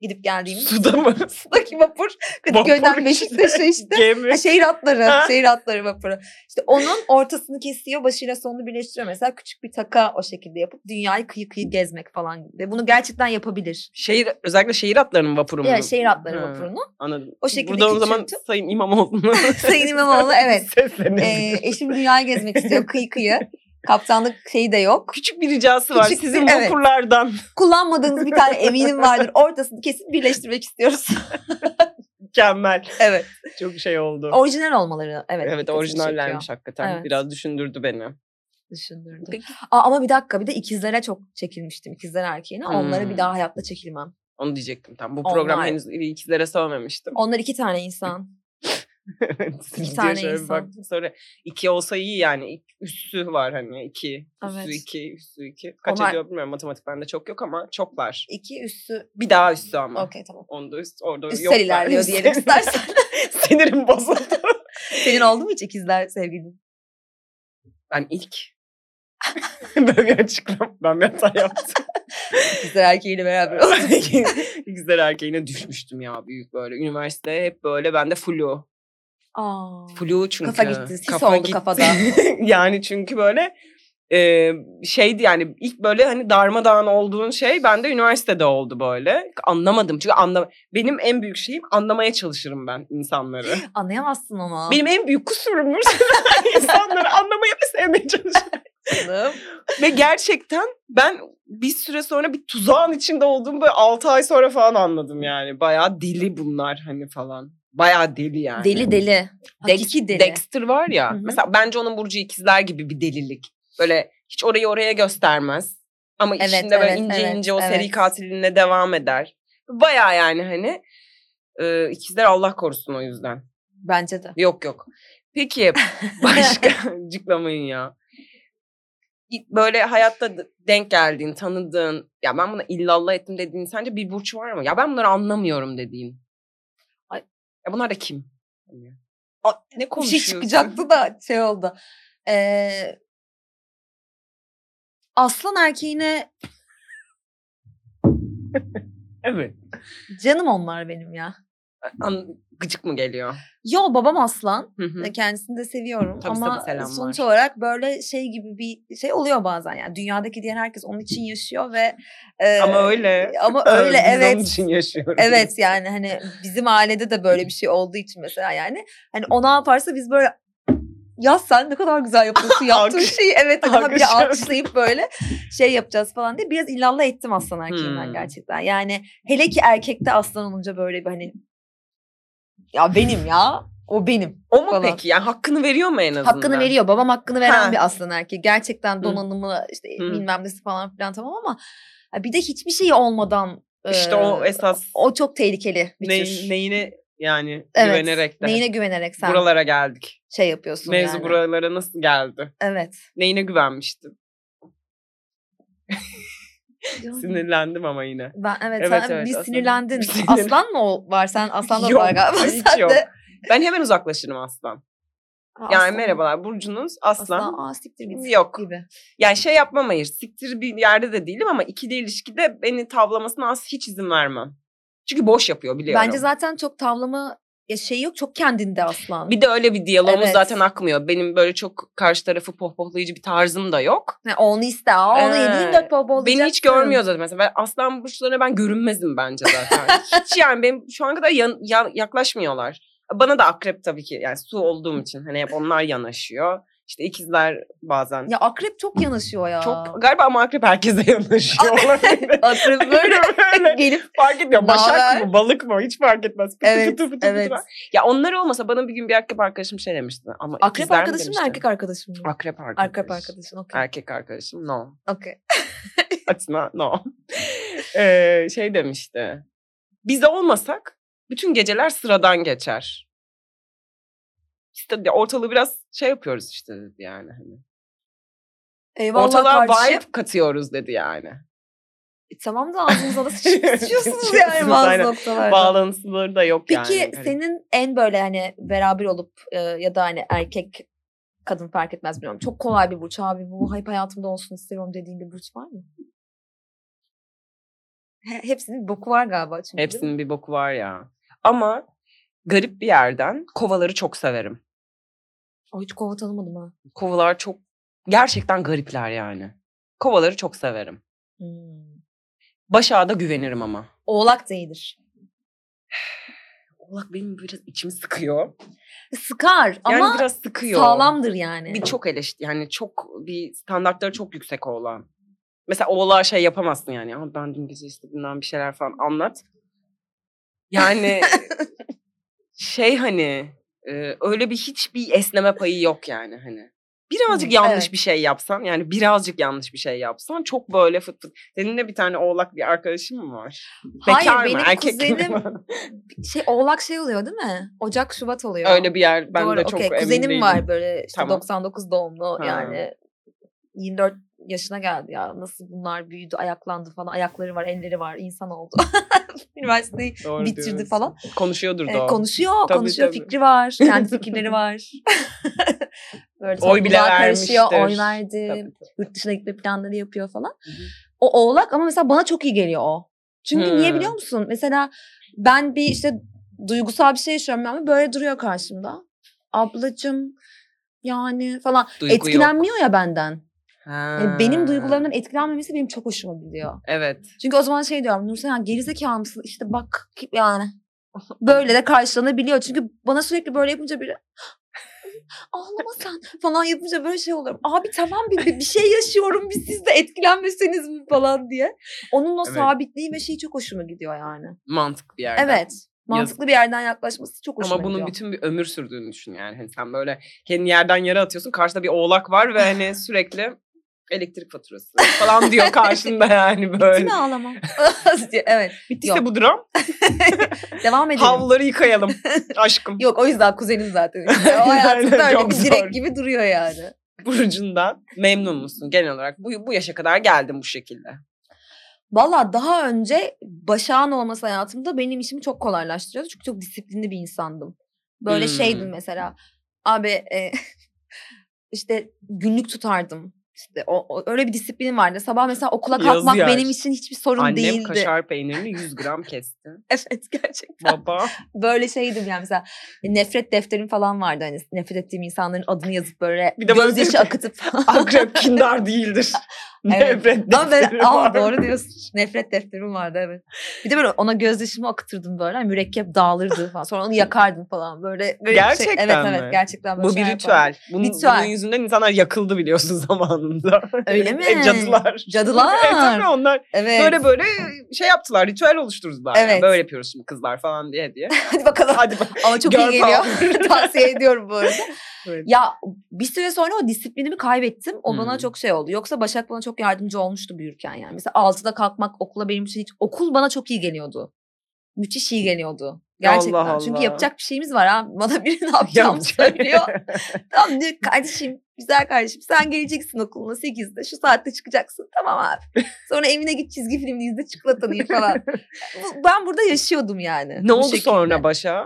gidip geldiğimiz. Suda mı? Sudaki vapur Vapur Kadıköy'den işte. Beşiktaş'a işte. Ha, Gemi. şehir atları, Ha. şehir atları vapuru. İşte onun ortasını kesiyor, başıyla sonunu birleştiriyor. Mesela küçük bir taka o şekilde yapıp dünyayı kıyı kıyı gezmek falan gibi. Bunu gerçekten yapabilir. Şehir, özellikle şehir atlarının vapuru mu? Ya şehir atları Ha. vapurunu. Anladım. O şekilde Burada o zaman küçültüp- Sayın İmamoğlu'na Sayın İmamoğlu evet. Seslenebilir. Ee, eşim dünyayı gezmek istiyor kıyı kıyı. Kaptanlık şeyi de yok. küçük bir ricası var. Küçük bir- Sizin evet. vapurlardan. Kullanmadığınız bir tane eminim vardır. Ortasını kesip birleştirmek istiyoruz. Mükemmel. evet. Çok şey oldu. Orijinal olmaları. Evet. evet dikkatimi orijinallermiş çekiyor, hakikaten. Evet. Biraz düşündürdü beni. Düşündürdü. Peki. Aa, ama bir dakika bir de ikizlere çok çekilmiştim. İkizler erkeğine. Onlara Hmm. bir daha hayatta çekilmem. Onu diyecektim tam. Bu Onlar- program henüz ikizlere sövmemiştim. Onlar iki tane insan. Bir tane şöyle bir insan. baktım, Sonra iki olsa iyi yani. İk- Üssü var hani iki. Üssü Evet. iki, üssü iki. Kaç Onlar- ediyor bilmiyorum. Matematik bende çok yok ama çok var. İki üstü. Bir daha üssü ama. Okey tamam. Onda üst, orada yok. Üstel ilerliyor diyelim istersen. Sinirim bozuldu. Senin oldu mu hiç ikizler sevgilin? Ben ilk Böyle bir açıklama. Ben bir hata yaptım. İkizler erkeğiyle beraber. İkizler erkeğine düşmüştüm ya büyük böyle. Üniversite hep böyle bende flu. Aa. Flu çünkü. Kafa gitti. Sis Kafa oldu gitti. kafada. yani çünkü böyle e, şeydi yani ilk böyle hani darmadağın olduğun şey bende üniversitede oldu böyle. Anlamadım çünkü anla benim en büyük şeyim anlamaya çalışırım ben insanları. Anlayamazsın onu. benim en büyük kusurumdur insanları anlamaya ve sevmeye çalışırım. Canım. ve gerçekten ben bir süre sonra bir tuzağın içinde olduğumu böyle 6 ay sonra falan anladım yani. Bayağı deli bunlar hani falan. Bayağı deli yani. Deli deli. Dex- Hakiki deli. Dexter var ya. Hı hı. Mesela bence onun burcu ikizler gibi bir delilik. Böyle hiç orayı oraya göstermez. Ama Evet, içinde böyle evet, ince evet, ince o seri evet. katiline devam eder. Baya yani hani e, ikizler Allah korusun o yüzden. Bence de. Yok yok. Peki başka cıklamayın ya. Böyle hayatta d- denk geldiğin, tanıdığın, ya ben buna illallah ettim dediğin sence bir burç var mı? Ya ben bunları anlamıyorum dediğin. Ay. Ya bunlar da kim? Hani- ne Bir şey konuşuyorsun? çıkacaktı da şey oldu. Ee, aslan erkeğine Evet. canım onlar benim ya. An- gıcık mı geliyor? Yo babam aslan. Hı hı. Kendisini de seviyorum Tabii, ama tabii, selamlar. sonuç olarak böyle şey gibi bir şey oluyor bazen yani dünyadaki diğer herkes onun için yaşıyor ve e, Ama öyle. ama öyle Biz Onun evet için yaşıyoruz. evet yani hani bizim ailede de böyle bir şey olduğu için mesela yani hani o ne yaparsa biz böyle ya sen ne kadar güzel yapıyorsun yaptığın Alkış- şeyi evet hani alkış habire alkışlayıp böyle şey yapacağız falan diye biraz illallah ettim aslan erkeğimden Hmm. gerçekten yani hele ki erkekte aslan olunca böyle bir hani ya benim ya o benim O mu falan. peki? Yani hakkını veriyor mu en azından? Hakkını veriyor. Babam hakkını veren Ha. bir aslan erkeği. Gerçekten Hı. donanımı işte Hı. bilmem nesi falan filan tamam ama ha, bir de hiçbir şey olmadan İşte e, o esas o çok tehlikeli bir ney- tür. neyine yani Evet, güvenerek de Neyine güvenerek sen buralara geldik. şey yapıyorsun Mevzu yani. buralara nasıl geldi? Evet. Neyine güvenmiştin? Sinirlendim ama yine. Ben evet, Evet, sen evet, bir aslan. sinirlendin. Bir sinirlen- Aslan mı o- var sen? Aslan da Yok, var galiba. hiç Sen yok. de- Ben hemen uzaklaşırım aslan. Ha, Yani aslan- merhabalar burcunuz aslan. Aslan aa siktir git. Yok. Gibi. Yani şey yapmam hayır. Siktir bir yerde de değilim ama ikili ilişkide beni tavlamasına az hiç izin vermem. Çünkü boş yapıyor biliyorum. Bence zaten çok tavlama ya şey yok çok kendinde aslan. Bir de öyle bir diyalogumuz Evet. zaten akmıyor. Benim böyle çok karşı tarafı pohpohlayıcı bir tarzım da yok. Ha, Hani onu iste. aa, Onu Ee, yediğin dört baba olacaksın. Beni hiç görmüyor zaten mesela. Ben aslan burçlarına ben görünmezim bence zaten. hiç yani benim şu an kadar yan- yan- yaklaşmıyorlar. Bana da akrep tabii ki yani su olduğum için hani hep onlar yanaşıyor. İşte ikizler bazen. Ya akrep çok yanaşıyor ya. Çok galiba ama akrep herkese yanaşıyor olabilir. akrep böyle Böyle gelip fark etmiyor. Başak Naber? mı balık mı hiç fark etmez. Pıtı Evet, pıtı pıtı pıtı evet. var. Ya onlar olmasa bana bir gün bir akrep arkadaşım şey demişti. Ama Akrep ikizler mi arkadaşım da demişti? erkek arkadaşım mı? Akrep arkadaş. Akrep arkadaşın okey. Erkek arkadaşım no. Okey. It's not no. Ee, şey demişti. Biz olmasak bütün geceler sıradan geçer. İşte de ortalığı biraz şey yapıyoruz işte dedi yani. Hani. Eyvallah Ortalığa kardeşim. vibe katıyoruz dedi yani. E, tamam da ağzınıza da sıçı- sıçıyorsunuz yani Sıçıyorsunuz, bazı aynen. noktalarda. Bağlantıları da yok yani. Peki Hani senin en böyle hani beraber olup e, ya da hani erkek kadın fark etmez bilmiyorum. Çok kolay bir burç abi bu hep hayatımda olsun istiyorum dediğin bir burç var mı? He- hepsinin boku var galiba çünkü. değil mi? Hepsinin bir boku var ya. Ama garip bir yerden kovaları çok severim. Ay hiç kova tanımadım ha. Kovalar çok gerçekten garipler yani. Kovaları çok severim. Hmm. Başak'a da güvenirim ama. Oğlak da iyidir. Oğlak benim biraz içimi sıkıyor. Sıkar Yani ama biraz sıkıyor. sağlamdır yani. Bir çok eleşti yani çok bir standartları çok yüksek oğlan. Mesela oğlağa şey yapamazsın yani. Ama ben dün gece istediğimden bir şeyler falan anlat. Yani şey hani e, öyle bir hiçbir esneme payı yok yani hani. Birazcık Hı, yanlış evet. bir şey yapsan yani birazcık yanlış bir şey yapsan çok böyle fıt fıt. Senin de bir tane oğlak bir arkadaşın mı var? Hayır Bekar mı? benim Erkek mi? kuzenim şey oğlak şey oluyor değil mi? Ocak Şubat oluyor. öyle bir yer ben Doğru, de çok okey. emin Kuzenim değilim. var böyle işte Tamam. 99 doğumlu Ha. yani 24 yaşına geldi ya nasıl bunlar büyüdü ayaklandı falan ayakları var elleri var insan oldu. Üniversiteyi Doğru bitirdi diyorsun. falan. Konuşuyordur e, da. o. konuşuyor Tabii, konuşuyor tabii. fikri var kendi fikirleri var. böyle Oy bile topluluğa karışıyor, Oy vermiştir. verdi Tabii, yurt dışına gitme planları yapıyor falan. Hı hı. O oğlak ama mesela bana çok iyi geliyor o. Çünkü niye Hmm. biliyor musun? Mesela ben bir işte duygusal bir şey yaşıyorum ama böyle duruyor karşımda. Ablacım yani falan. Duygu yok. Etkilenmiyor ya benden. Yani E, benim Ha. duygularımdan etkilenmemesi benim çok hoşuma gidiyor. Evet. Çünkü o zaman şey diyorum Nursel ya gerizekalı mısın? İşte bak yani. Böyle de karşılanabiliyor. Çünkü bana sürekli böyle yapınca biri "Ah, ağlama sen falan yapınca böyle şey oluyorum. Abi tamam bir, bir, bir şey yaşıyorum biz siz de etkilenmeseniz mi falan diye. Onun o Evet. sabitliği ve şeyi çok hoşuma gidiyor yani. Mantık bir yerde. Evet. Mantıklı bir yerden yaklaşması çok hoşuma Ama bunun gidiyor. bütün bir ömür sürdüğünü düşün yani. Hani sen böyle kendi yerden yere atıyorsun. Karşıda bir oğlak var ve hani sürekli elektrik faturası falan diyor karşında yani Bitti böyle. mi ağlama? evet. Bittiyse Yok. bu dram. Devam edelim. Havluları yıkayalım aşkım. Yok o yüzden kuzenim zaten. O hayatımda öyle Çok bir zor. direk gibi duruyor yani. Burcundan memnun musun genel olarak? Bu, bu yaşa kadar geldim bu şekilde. Valla daha önce Başak'ın olması hayatımda benim işimi çok kolaylaştırıyordu. Çünkü çok disiplinli bir insandım. Böyle Hmm. şeydim mesela. Abi e, işte günlük tutardım. İşte o, o- öyle bir disiplinim vardı. Sabah mesela okula Yazı kalkmak yer. benim için hiçbir sorun Annem değildi. kaşar peynirini 100 gram kesti. Evet gerçekten. Baba. Böyle şeydim yani mesela E, nefret defterim falan vardı. Hani nefret ettiğim insanların adını yazıp böyle Bir de böyle gözyaşı akıtıp Akrep kindar değildir. Evet. Nefret Ama ben, defteri aa, var. doğru diyorsun. Nefret defterim vardı evet. Bir de böyle ona gözyaşımı akıtırdım böyle. Hani mürekkep dağılırdı falan. Sonra onu yakardım falan. Böyle, böyle bir şey. Gerçekten evet mi? evet gerçekten böyle Bu bir şeyler Şey yapardım. ritüel. Bunun, Ritüel. bunun yüzünden insanlar yakıldı biliyorsun zamanında. Öyle mi? E, cadılar. Cadılar. e, tabii onlar Evet. böyle böyle şey yaptılar. Ritüel oluşturdular. yani. Evet. Böyle yapıyoruz şimdi kızlar falan diye diye. Hadi bakalım. Hadi bak. Ama çok Girl iyi geliyor. Tavsiye ediyorum bu arada. Evet. Ya bir süre sonra o disiplinimi kaybettim. O Hmm. bana çok şey oldu. Yoksa Başak bana çok yardımcı olmuştu büyürken yani. Mesela 6'da kalkmak okula benim için hiç... Okul bana çok iyi geliyordu. Müthiş iyi geliyordu. Gerçekten. Allah Çünkü Allah. yapacak bir şeyimiz var ha. Bana biri ne yapacağımı söylüyor. Tamam diyor kardeşim güzel kardeşim sen geleceksin okuluna 8'de şu saatte çıkacaksın tamam abi. Sonra evine git çizgi filmini izle çikolatanı falan. Bu- ben burada yaşıyordum yani. ne bu oldu şekilde. sonra başa?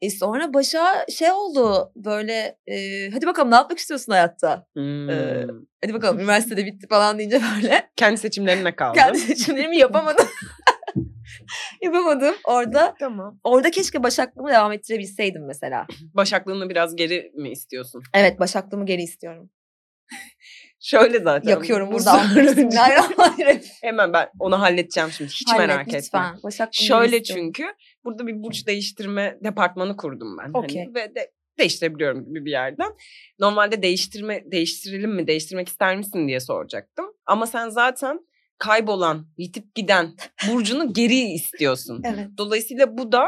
E sonra başa şey oldu böyle e, hadi bakalım ne yapmak istiyorsun hayatta? Hmm. Ee, Hadi bakalım üniversitede bitti falan deyince böyle Kendi seçimlerine kaldın. kendi seçimlerimi yapamadım. yapamadım orada. Tamam. Orada keşke başaklığımı devam ettirebilseydim mesela. Başaklığını biraz geri mi istiyorsun? Evet başaklığımı geri istiyorum. Şöyle zaten. Yakıyorum Bu buradan. sorun- Bismillahirrahmanirrahim. Hemen ben onu halledeceğim şimdi. Hiç Hallet merak etme. lütfen. Başak bunu Şöyle istiyorum. çünkü burada bir burç değiştirme departmanı kurdum ben. Okey. Hani ve de değiştirebiliyorum gibi bir yerden. Normalde değiştirme değiştirelim mi, değiştirmek ister misin diye soracaktım. Ama sen zaten kaybolan, yitip giden burcunu geri istiyorsun. Evet. Dolayısıyla bu da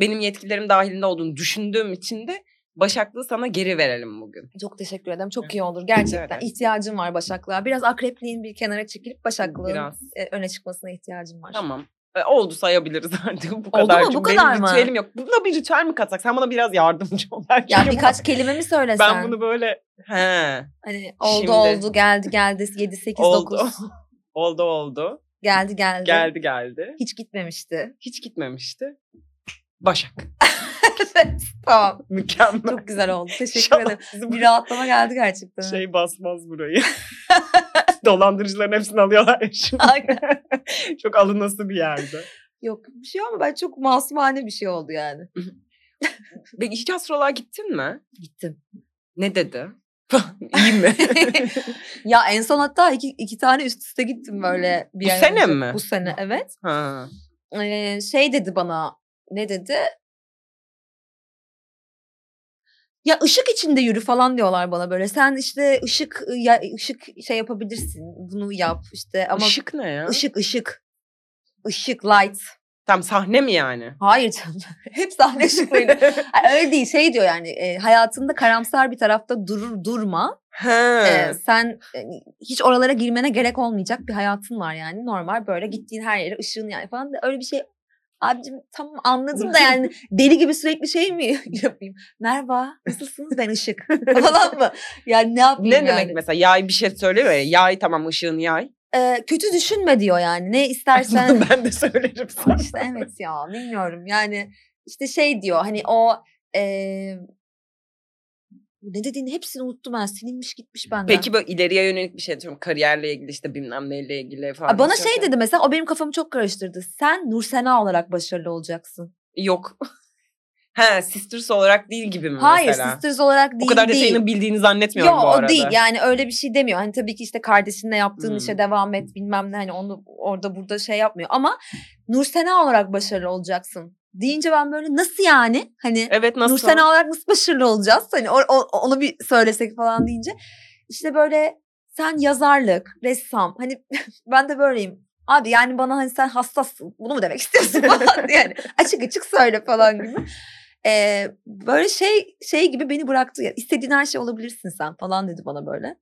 benim yetkilerim dahilinde olduğunu düşündüğüm için de Başaklığı sana geri verelim bugün. Çok teşekkür ederim. Çok iyi olur. Gerçekten ederim. ihtiyacım var Başaklığa. Biraz akrepliğin bir kenara çekilip Başaklığın Biraz. e, öne çıkmasına ihtiyacım var. Tamam. E, oldu sayabiliriz artık bu kadar. mu? Bu Çünkü kadar benim mı? ritüelim yok. Buna bir ritüel mi katsak? Sen bana biraz yardımcı ol. Ben Ya çünkü birkaç kelime mi ben söylesen? bunu böyle... He. Hani oldu Şimdi. oldu geldi geldi 7 8 Oldu. 9 Oldu oldu. geldi geldi. Geldi geldi. Hiç gitmemişti. Hiç gitmemişti. Başak. evet. Tamam. Mükemmel. Çok güzel oldu. Teşekkür İnşallah Şey ederim. bizim Bir rahatlama geldi gerçekten. şey basmaz burayı. Dolandırıcıların hepsini alıyorlar ya şimdi. Aynen. Çok alınası bir yerde. Yok bir şey ama ben çok masumane bir şey oldu yani. Peki hiç astroloğa gittin mi? Gittim. Ne dedi? İyi mi? ya en son hatta iki, iki tane üst üste gittim böyle. Bir Hmm. Bu ay sene önce. mi? Bu sene evet. ha. Ee, şey dedi bana ne dedi? Ya ışık içinde yürü falan diyorlar bana böyle. Sen işte ışık ı, ya ışık şey yapabilirsin. Bunu yap işte ama ışık Işık ne ya? ışık ışık. Işık, light. Tam sahne mi yani? Hayır canım. Hep sahne ışıklıydı. Ay, Öyle değil şey diyor yani e, hayatında karamsar bir tarafta durur durma. He. E, sen e, hiç oralara girmene gerek olmayacak bir hayatın var yani. Normal böyle gittiğin her yere ışığın yani falan. da Öyle bir şey Abicim tamam anladım da yani deli gibi sürekli şey mi yapayım? Merhaba nasılsınız ben ışık falan mı? Yani ne yapayım ne yani? demek mesela? Yay bir şey söylüyor ya. Yay tamam ışığın yay. E, kötü düşünme diyor yani ne istersen. ben de söylerim sana. İşte evet ya bilmiyorum yani işte şey diyor hani o eee, ne dediğini hepsini unuttum ben silinmiş gitmiş benden. Peki böyle ileriye yönelik bir şey diyorum. Kariyerle ilgili işte bilmem neyle ilgili falan. Aa, bana bir şey dedi mesela o benim kafamı çok karıştırdı. Sen Nursena olarak başarılı olacaksın. Yok. He sisters olarak değil gibi mi Hayır mesela? sisters olarak değil. O kadar değil. detayını bildiğini zannetmiyorum Yo bu arada. o değil yani öyle bir şey demiyor. Hani tabii ki işte kardeşinle yaptığın Hmm. işe devam et bilmem ne hani onu orada burada şey yapmıyor. Ama Nursena olarak başarılı olacaksın deyince ben böyle nasıl yani? Hani Evet nasıl? Nursena olarak nasıl başarılı olacağız? Hani o- o- onu bir söylesek falan deyince. İşte böyle sen yazarlık, ressam. Hani ben de böyleyim. Abi yani bana hani sen hassassın. Bunu mu demek istiyorsun falan diye. Yani açık açık söyle falan gibi. Ee, böyle şey şey gibi beni bıraktı. ya. İstediğin her şey olabilirsin sen falan dedi bana böyle.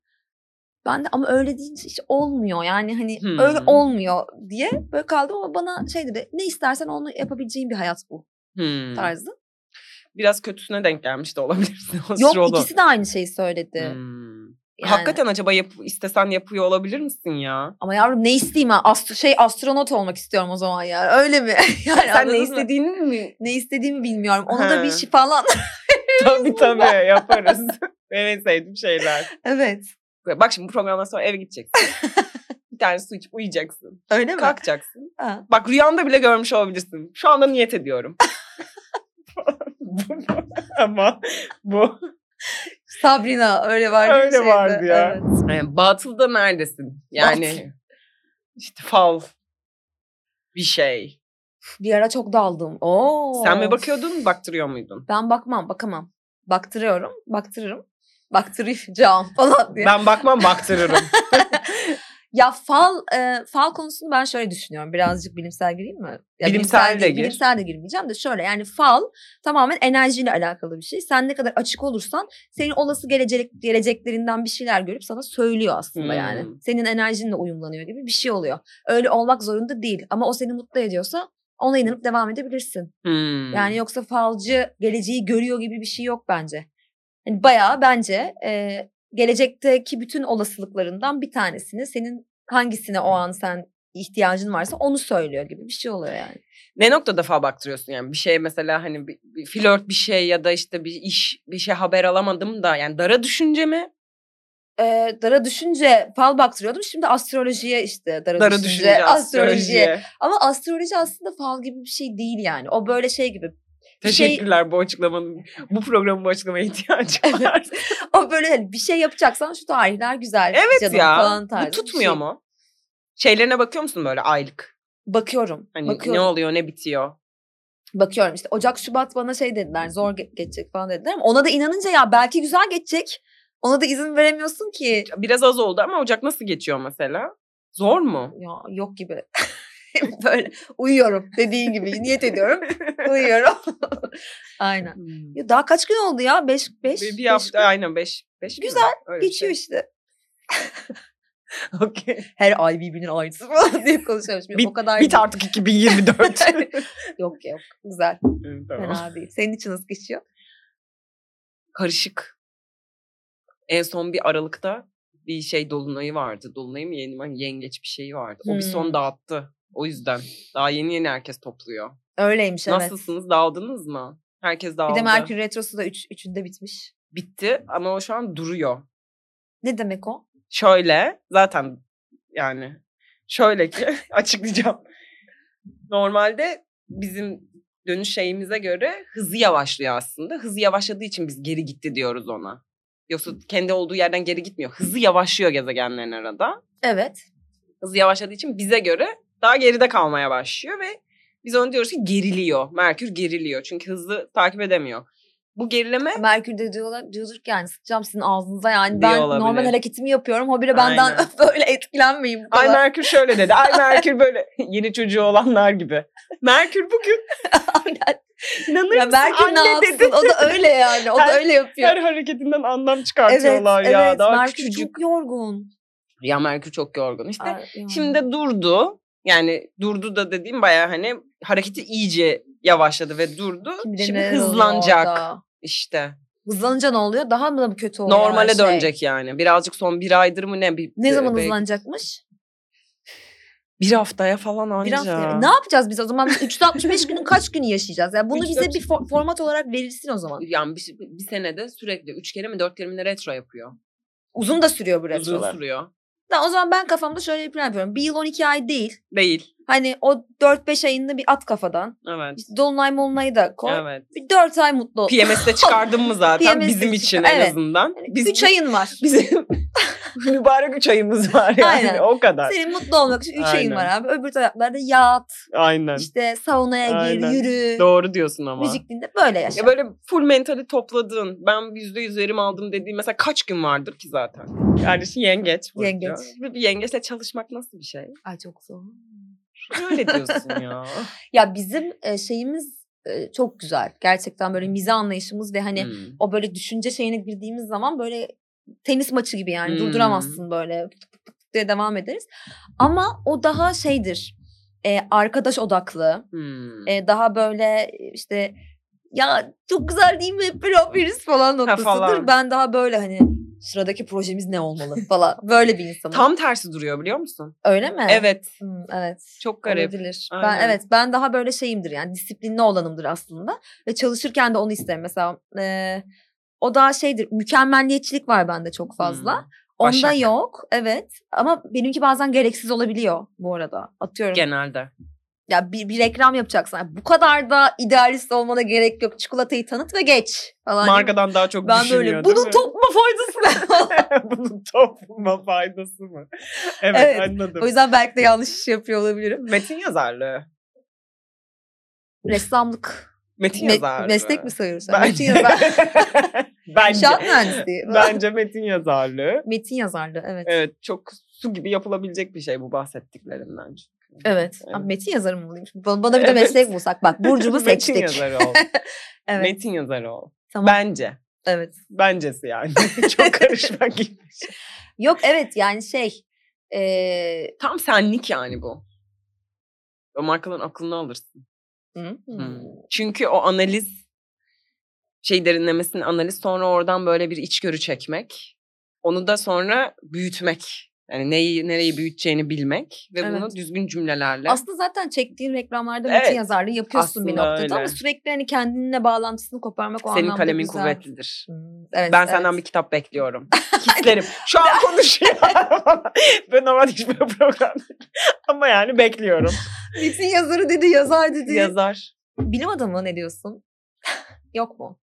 Ben de ama öyle deyince hiç olmuyor. Yani hani Hmm. öyle olmuyor diye böyle kaldım ama bana şey dedi. Ne istersen onu yapabileceğin bir hayat bu Hmm. tarzı. Biraz kötüsüne denk gelmiş de olabilirsin. Yok astrolog. ikisi de aynı şeyi söyledi. Hmm. Yani. Hakikaten acaba yap, istesen yapıyor olabilir misin ya? Ama yavrum ne isteyeyim ben? Astro, şey astronot olmak istiyorum o zaman ya. Öyle mi? yani Sen anladın ne mı? istediğini mi? Ne istediğimi bilmiyorum. Onu da bir He. şey şifalan. tabii tabii yaparız. Benim en sevdiğim şeyler. evet. Bak şimdi bu programdan sonra eve gideceksin. bir tane su içip uyuyacaksın. Öyle mi? Kalkacaksın. Ha. Bak rüyanda bile görmüş olabilirsin. Şu anda niyet ediyorum. Ama bu Sabrina öyle vardı. Öyle vardı ya. Evet. Yani batılda neredesin? Yani Batıl. işte fal bir şey. Bir ara çok daldım. Oo. Sen mi bakıyordun, baktırıyor muydun? Ben bakmam, bakamam. Baktırıyorum, baktırırım. Baktıracağım falan diye. Ben bakmam baktırırım. Ya fal e, fal konusunu ben şöyle düşünüyorum. Birazcık bilimsel gireyim mi? Ya Bilimsel de değil, gir. Bilimsel de girmeyeceğim de şöyle yani fal tamamen enerjiyle alakalı bir şey. Sen ne kadar açık olursan senin olası gelecek geleceklerinden bir şeyler görüp sana söylüyor aslında yani. Hmm. Senin enerjinle uyumlanıyor gibi bir şey oluyor. Öyle olmak zorunda değil ama o seni mutlu ediyorsa ona inanıp devam edebilirsin. Hmm. Yani yoksa falcı geleceği görüyor gibi bir şey yok bence. Yani bayağı bence e, gelecekteki bütün olasılıklarından bir tanesini senin hangisine o an sen ihtiyacın varsa onu söylüyor gibi bir şey oluyor yani. ne noktada fal baktırıyorsun yani bir şey mesela hani bir, bir flört bir şey ya da işte bir iş bir şey haber alamadım da yani dara düşünce mi? E, dara düşünce fal baktırıyordum. Şimdi astrolojiye işte dara, Dara düşünce, Şey düşünce astrolojiye. astrolojiye. Ama astroloji aslında fal gibi bir şey değil yani. O böyle şey gibi. Bir şey- Teşekkürler bu açıklamanın bu programın bu açıklamaya ihtiyacı var. O böyle hani bir şey yapacaksan şu tarihler güzel. evet canım ya. falan tarzı Bu bir tutmuyor şey. mu? Şeylerine bakıyor musun böyle aylık? Bakıyorum. Hani bakıyorum. ne oluyor ne bitiyor? bakıyorum işte Ocak Şubat bana şey dediler zor ge- geçecek falan dediler ama ona da inanınca ya belki güzel geçecek ona da izin veremiyorsun ki Biraz az oldu ama Ocak nasıl geçiyor mesela? Zor mu? ya yok gibi böyle uyuyorum dediğin gibi niyet ediyorum uyuyorum aynen ya daha kaç gün oldu ya 5 5 Bir, bir hafta aynen 5. Güzel, şey. geçiyor işte her ay birbirinin aynısı falan diye konuşuyormuş Bit- o kadar bit değil. artık 2024. yok yok güzel Evet, fena değil senin için nasıl geçiyor Karışık. En son bir Aralık'ta bir şey dolunayı vardı. Dolunay mı yeni mi? Yengeç bir şeyi vardı. O bir Hmm. son dağıttı. O yüzden daha yeni yeni herkes topluyor. öyleymiş evet Nasılsınız? Dağıldınız mı? Herkes dağıldı. bir de Merkür Retrosu da 3 üç, 3'ünde bitmiş Bitti ama o şu an duruyor. ne demek o Şöyle zaten Yani şöyle ki açıklayacağım. Normalde bizim dönüş şeyimize göre hızı yavaşlıyor aslında. Hızı yavaşladığı için biz geri gitti diyoruz ona. Yoksa kendi olduğu yerden geri gitmiyor. Hızı yavaşlıyor gezegenlerin arada Evet. hızı yavaşladığı için bize göre daha geride kalmaya başlıyor ve biz onu diyoruz ki geriliyor. Merkür geriliyor çünkü hızı takip edemiyor. Bu E, gerileme Merkür'de diyorlar, diyorduk ki yani sıkacağım sizin ağzınıza yani. Diyor Ben normal olabilir. hareketimi yapıyorum. Hobile benden Aynen. böyle etkilenmeyin. bu Ay kadar. Merkür şöyle dedi. Ay Merkür böyle yeni çocuğu olanlar gibi. Merkür bugün Aynen. inanır Ya mısın Merkür ne anne yapsın? dedi. O da öyle yani. O da Her- öyle yapıyor. Her hareketinden anlam Evet, çıkartıyorlar ya. evet. daha Merkür küçücük. çok yorgun. Ya Merkür çok yorgun. İşte Ay, yani. Şimdi de durdu. Yani durdu da dediğim bayağı hani hareketi iyice yavaşladı ve durdu. Kim bilir Şimdi neler oluyor hızlanacak orada. işte. Hızlanınca ne oluyor? Daha mı kötü oluyor? her Normale şey? dönecek yani. Birazcık son bir aydır mı ne? Bir, Ne zaman belki hızlanacakmış? Bir haftaya falan anca. Bir haftaya. Ne yapacağız biz o zaman? Biz 365 günün kaç günü yaşayacağız? Yani bunu bize 365 bir fo- format olarak verilsin o zaman. Yani bir, bir senede sürekli üç kere mi dört kere mi ne retro yapıyor. Uzun da sürüyor bu Uzun retrolar. sürüyor. Da o zaman ben kafamda şöyle bir plan yapıyorum. Bir yıl 12 ay değil. Değil. Hani o 4-5 ayında bir at kafadan. Evet. İşte Dolunay molunayı da koy. Evet. Bir 4 ay mutlu ol. PMS'de çıkardın mı zaten PMS'de bizim için çıkar- en evet. Hani azından. Biz 3 ayın var. bizim mübarek üç ayımız var yani Aynen. o kadar. Senin mutlu olmak için 3 ayın Aynen. var abi. Öbür taraflarda yat, Aynen. işte saunaya gir, Aynen. yürü, Doğru diyorsun ama. müzik dinle. Böyle yaşa. Ya böyle full mentali topladığın, ben yüzde yüz verim aldım dediğin mesela kaç gün vardır ki zaten? Yani şu yengeç. burcu. Yengeç. Bir, bir yengeçle çalışmak nasıl bir şey? Ay çok zor. Öyle diyorsun ya. Ya bizim e, şeyimiz e, çok güzel. Gerçekten böyle mize anlayışımız ve hani Hmm. o böyle düşünce şeyine girdiğimiz zaman böyle tenis maçı gibi yani Hmm. durduramazsın böyle tık tık tık tık diye devam ederiz. Ama o daha şeydir. e, arkadaş odaklı. Hmm. e, daha böyle işte ya çok güzel değil mi hep böyle yapıyoruz falan noktasıdır. falan. Ben daha böyle hani sıradaki projemiz ne olmalı falan böyle bir insanım. Tam tersi duruyor biliyor musun? Öyle mi? Evet. Hmm, evet. Çok garip. Olabilir. Ben Aynen. evet ben daha böyle şeyimdir yani disiplinli olanımdır aslında ve çalışırken de onu isterim mesela e, o daha şeydir mükemmelliyetçilik var bende çok fazla. Hmm. Onda Başak. yok evet ama benimki bazen gereksiz olabiliyor bu arada atıyorum. Genelde. Ya bir, bir reklam yapacaksan yani bu kadar da idealist olmana gerek yok. Çikolatayı tanıt ve geç falan. Markadan daha çok ben düşünüyor böyle değil bunun mi? topluma faydası ne? Bunun topluma faydası mı? Evet, Evet. anladım. o yüzden belki de yanlış iş yapıyor olabilirim. Metin yazarlığı. Ressamlık Metin me- yazarlığı. meslek mi sayıyoruz? sen? Bence. Metin yazar. Bence. İnşaat mühendisliği. Bence metin yazarlığı. Metin yazardı evet. Evet. Evet çok su gibi yapılabilecek bir şey bu bahsettiklerimden. çünkü. Ama Evet. Metin yazarı mı olayım? Bana, bana bir de Evet. meslek bulsak. Bak Burcu'mu seçtik. Metin yazarı ol. Evet. Metin yazarı ol. Tamam. Bence. Evet. Bencesi yani. çok karışmak gibi. Yok evet yani şey. eee, Tam senlik yani bu. O markaların aklını alırsın. hı, hı. Hmm. Çünkü o analiz şey derinlemesinin analiz sonra oradan böyle bir içgörü çekmek. Onu da sonra büyütmek. Yani neyi nereyi büyüteceğini bilmek ve bunu Evet. düzgün cümlelerle. Aslında zaten çektiğin reklamlarda Evet. metin yazarlığı yapıyorsun bir Aslında noktada ama öyle. sürekli hani kendinle bağlantısını koparmak o senin anlamda kalemin güzel. kuvvetlidir. Hmm, Evet, Ben evet. senden bir kitap bekliyorum. Hislerim. Şu an konuşuyor. ben normalde hiçbir program. Ama yani bekliyorum. metin yazarı dedi, yazar dedi. Yazar. Bilim adamı ne diyorsun? Yok mu?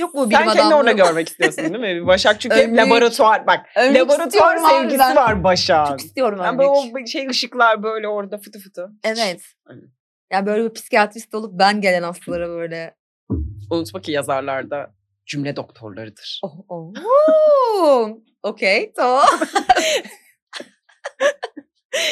Yok mu bilim Sen kendini adamı? orada görmek istiyorsun değil mi? Başak çünkü hep Ölmek- laboratuvar. Bak Ölmek laboratuvar istiyorum sevgisi harbiden. var Başak'ın. Çok istiyorum Yani örnek. böyle o şey ışıklar böyle orada fıtı fıtı. Evet. Aynen. Ya böyle bir psikiyatrist olup ben gelen hastalara böyle Unutma ki yazarlar da cümle doktorlarıdır. oh oh. Woo! Okey tamam.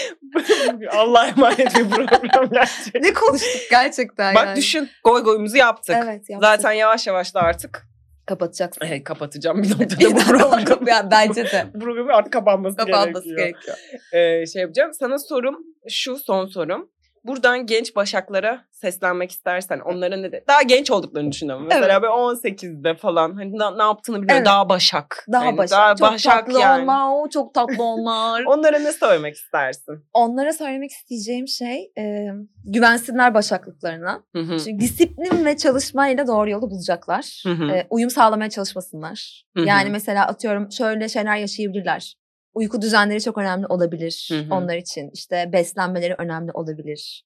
Allah'a emanet bir program gerçekten. ne konuştuk gerçekten yani. Bak düşün goy goyumuzu yaptık. Evet yaptık. Zaten yavaş yavaş da artık kapatacaksın. eh, kapatacağım bir noktada bu programı. Yani bence de. Bu programın artık kapanması, Kapanması gerekiyor. gerekiyor. Ee, şey yapacağım. Sana sorum şu son sorum. Buradan genç başaklara seslenmek istersen onlara ne de daha genç olduklarını düşünüyorum. Mesela Evet. böyle 18'de falan hani na- ne yaptığını biliyor. Evet. Daha başak. Hani Daha Yani başak. çok tatlı olma, o çok tatlı onlar. Onlara ne söylemek istersin? Onlara söylemek isteyeceğim şey e, güvensinler başaklıklarına. Hı hı. Çünkü disiplin ve çalışmayla doğru yolu bulacaklar. Hı hı. E, uyum sağlamaya çalışmasınlar. Hı hı. Yani mesela atıyorum şöyle şeyler yaşayabilirler. uyku düzenleri çok önemli olabilir Hı hı. onlar için. İşte beslenmeleri önemli olabilir.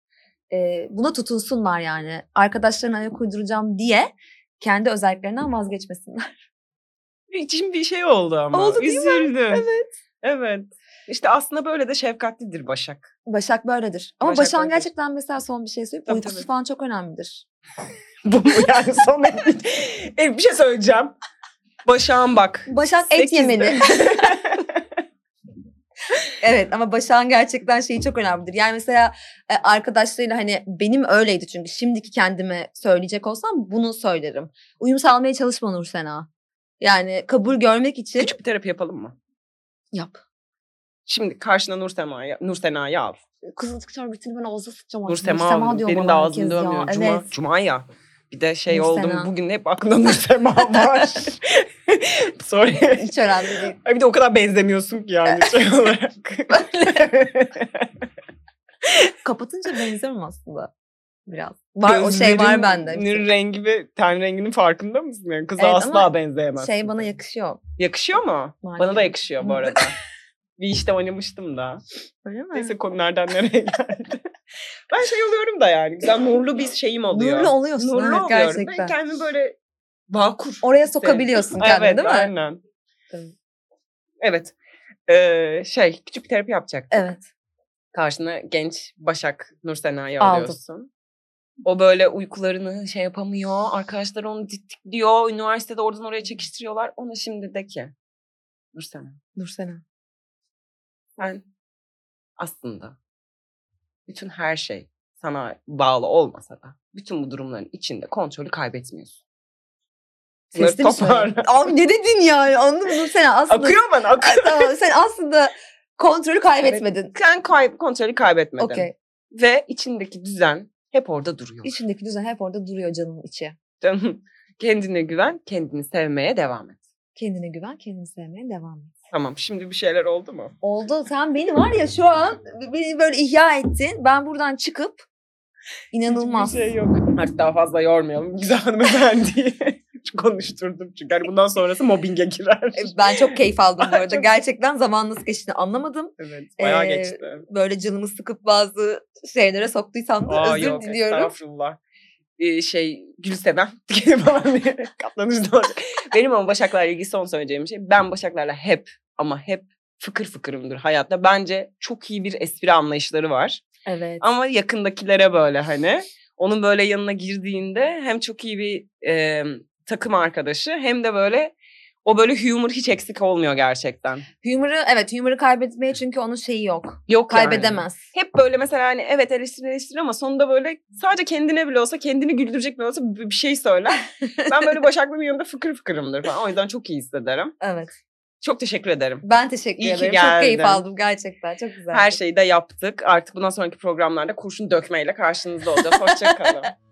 Ee, buna tutunsunlar yani. Arkadaşlarına ayak uyduracağım diye kendi özelliklerinden vazgeçmesinler. İçim bir şey oldu ama. Oldu değil mi? Üzüldüm. Evet. Evet. İşte aslında böyle de şefkatlidir Başak. Başak böyledir. Ama Başak Başak'ın böyledir. gerçekten mesela son bir şey söyleyip Tabii, uykusu tabii. falan çok önemlidir. Bu mu yani son E, bir şey söyleyeceğim. Başak'ım bak. Başak et Sekizde. yemeli. evet ama Başak'ın gerçekten şeyi çok önemlidir. Yani mesela e, arkadaşlarıyla hani benim öyleydi çünkü şimdiki kendime söyleyecek olsam bunu söylerim. Uyum sağlamaya çalışma Nur Sena. Yani kabul görmek için Küçük bir terapi yapalım mı? yap. Şimdi karşına Nur Sena'yı Nur Sena'yı al. Kızıl tıkçam bitini ben ağzına sıçacağım. Nur artık. Sema, al. diyorum benim de bana ağzım herkes ya. dönmüyor. Cuma, Evet. Cuma ya. Bir de şey Nur oldum Sena. bugün hep aklımda Nur Sema var. Sorry. Hiç önemli değil. Ay bir de o kadar benzemiyorsun ki yani şey olarak. Kapatınca benziyorum aslında. Biraz. Var, o şey var Gözlerin- bende. Nür rengi ve ten renginin farkında mısın? Yani kıza Evet, asla ama benzeyemez. Şey bana yakışıyor. yakışıyor mu? Maalesef. Bana da yakışıyor bu arada. bir işte oynamıştım da. Öyle mi? Neyse konu nereden nereye geldi. ben şey oluyorum da yani. Güzel nurlu bir şeyim oluyor. Nurlu oluyorsun. Nurlu evet, oluyorum. gerçekten. Ben kendimi böyle vakur. Oraya sokabiliyorsun kendini evet, değil mi? Aynen. Evet. Evet. Ee, şey küçük bir terapi yapacaktık. Evet. Karşına genç Başak Nur Sena'yı Aldım. alıyorsun. O böyle uykularını şey yapamıyor. Arkadaşlar onu diyor. Üniversitede oradan oraya çekiştiriyorlar. Ona şimdi de ki Nur Sena Nursena. sen aslında bütün her şey sana bağlı olmasa da bütün bu durumların içinde kontrolü kaybetmiyorsun. Bunları Sesli mi söylüyorsun? toparla. Abi ne dedin yani anladın mı Nursena? Aslında, Akıyor bana akıyor. tamam, sen aslında kontrolü kaybetmedin. Sen kay- kontrolü kaybetmedin. Okey. Ve içindeki düzen hep orada duruyor. İçindeki düzen hep orada duruyor canımın içi. Canım, Kendine güven, kendini sevmeye devam et. Kendine güven, kendini sevmeye devam et. Tamam şimdi bir şeyler oldu mu? Oldu. Sen beni var ya şu an beni böyle ihya ettin. Ben buradan çıkıp inanılmaz. Hiçbir şey yok. Artık daha fazla yormayalım. Güzel hanımefendiyi konuşturdum çünkü. Hani bundan sonrası mobbinge girer. E, Ben çok keyif aldım bu arada. Çok- Gerçekten zaman nasıl geçtiğini anlamadım. Evet bayağı Ee, geçti. Böyle canımı sıkıp bazı şeylere soktuysam da Aa, özür yok, diliyorum. Estağfurullah. Ee, şey Gülseven falan diye katlanıcı doğru. Benim ama Başaklar'la ilgili son söyleyeceğim şey. Ben Başaklar'la hep ama hep fıkır fıkırımdır hayatta. Bence çok iyi bir espri anlayışları var. Evet. Ama yakındakilere böyle hani. Onun böyle yanına girdiğinde hem çok iyi bir e, takım arkadaşı hem de böyle o böyle humor hiç eksik olmuyor gerçekten. Humor'ı evet humor'ı kaybetmeye çünkü onun şeyi yok. Yok yani. Kaybedemez. Hep böyle mesela hani evet eleştir eleştir ama sonunda böyle sadece kendine bile olsa kendini güldürecek bile olsa bir bir şey söyler. ben böyle Başaklı'nın yanında fıkır fıkırımdır falan. O yüzden çok iyi hissederim. Evet. Çok Çok teşekkür ederim. ben teşekkür İyi ki ederim. Çok keyif geldin. şey aldım gerçekten. Çok güzel. Her şeyi de yaptık. Artık bundan sonraki programlarda kurşun dökmeyle karşınızda olacağız. Hoşçakalın.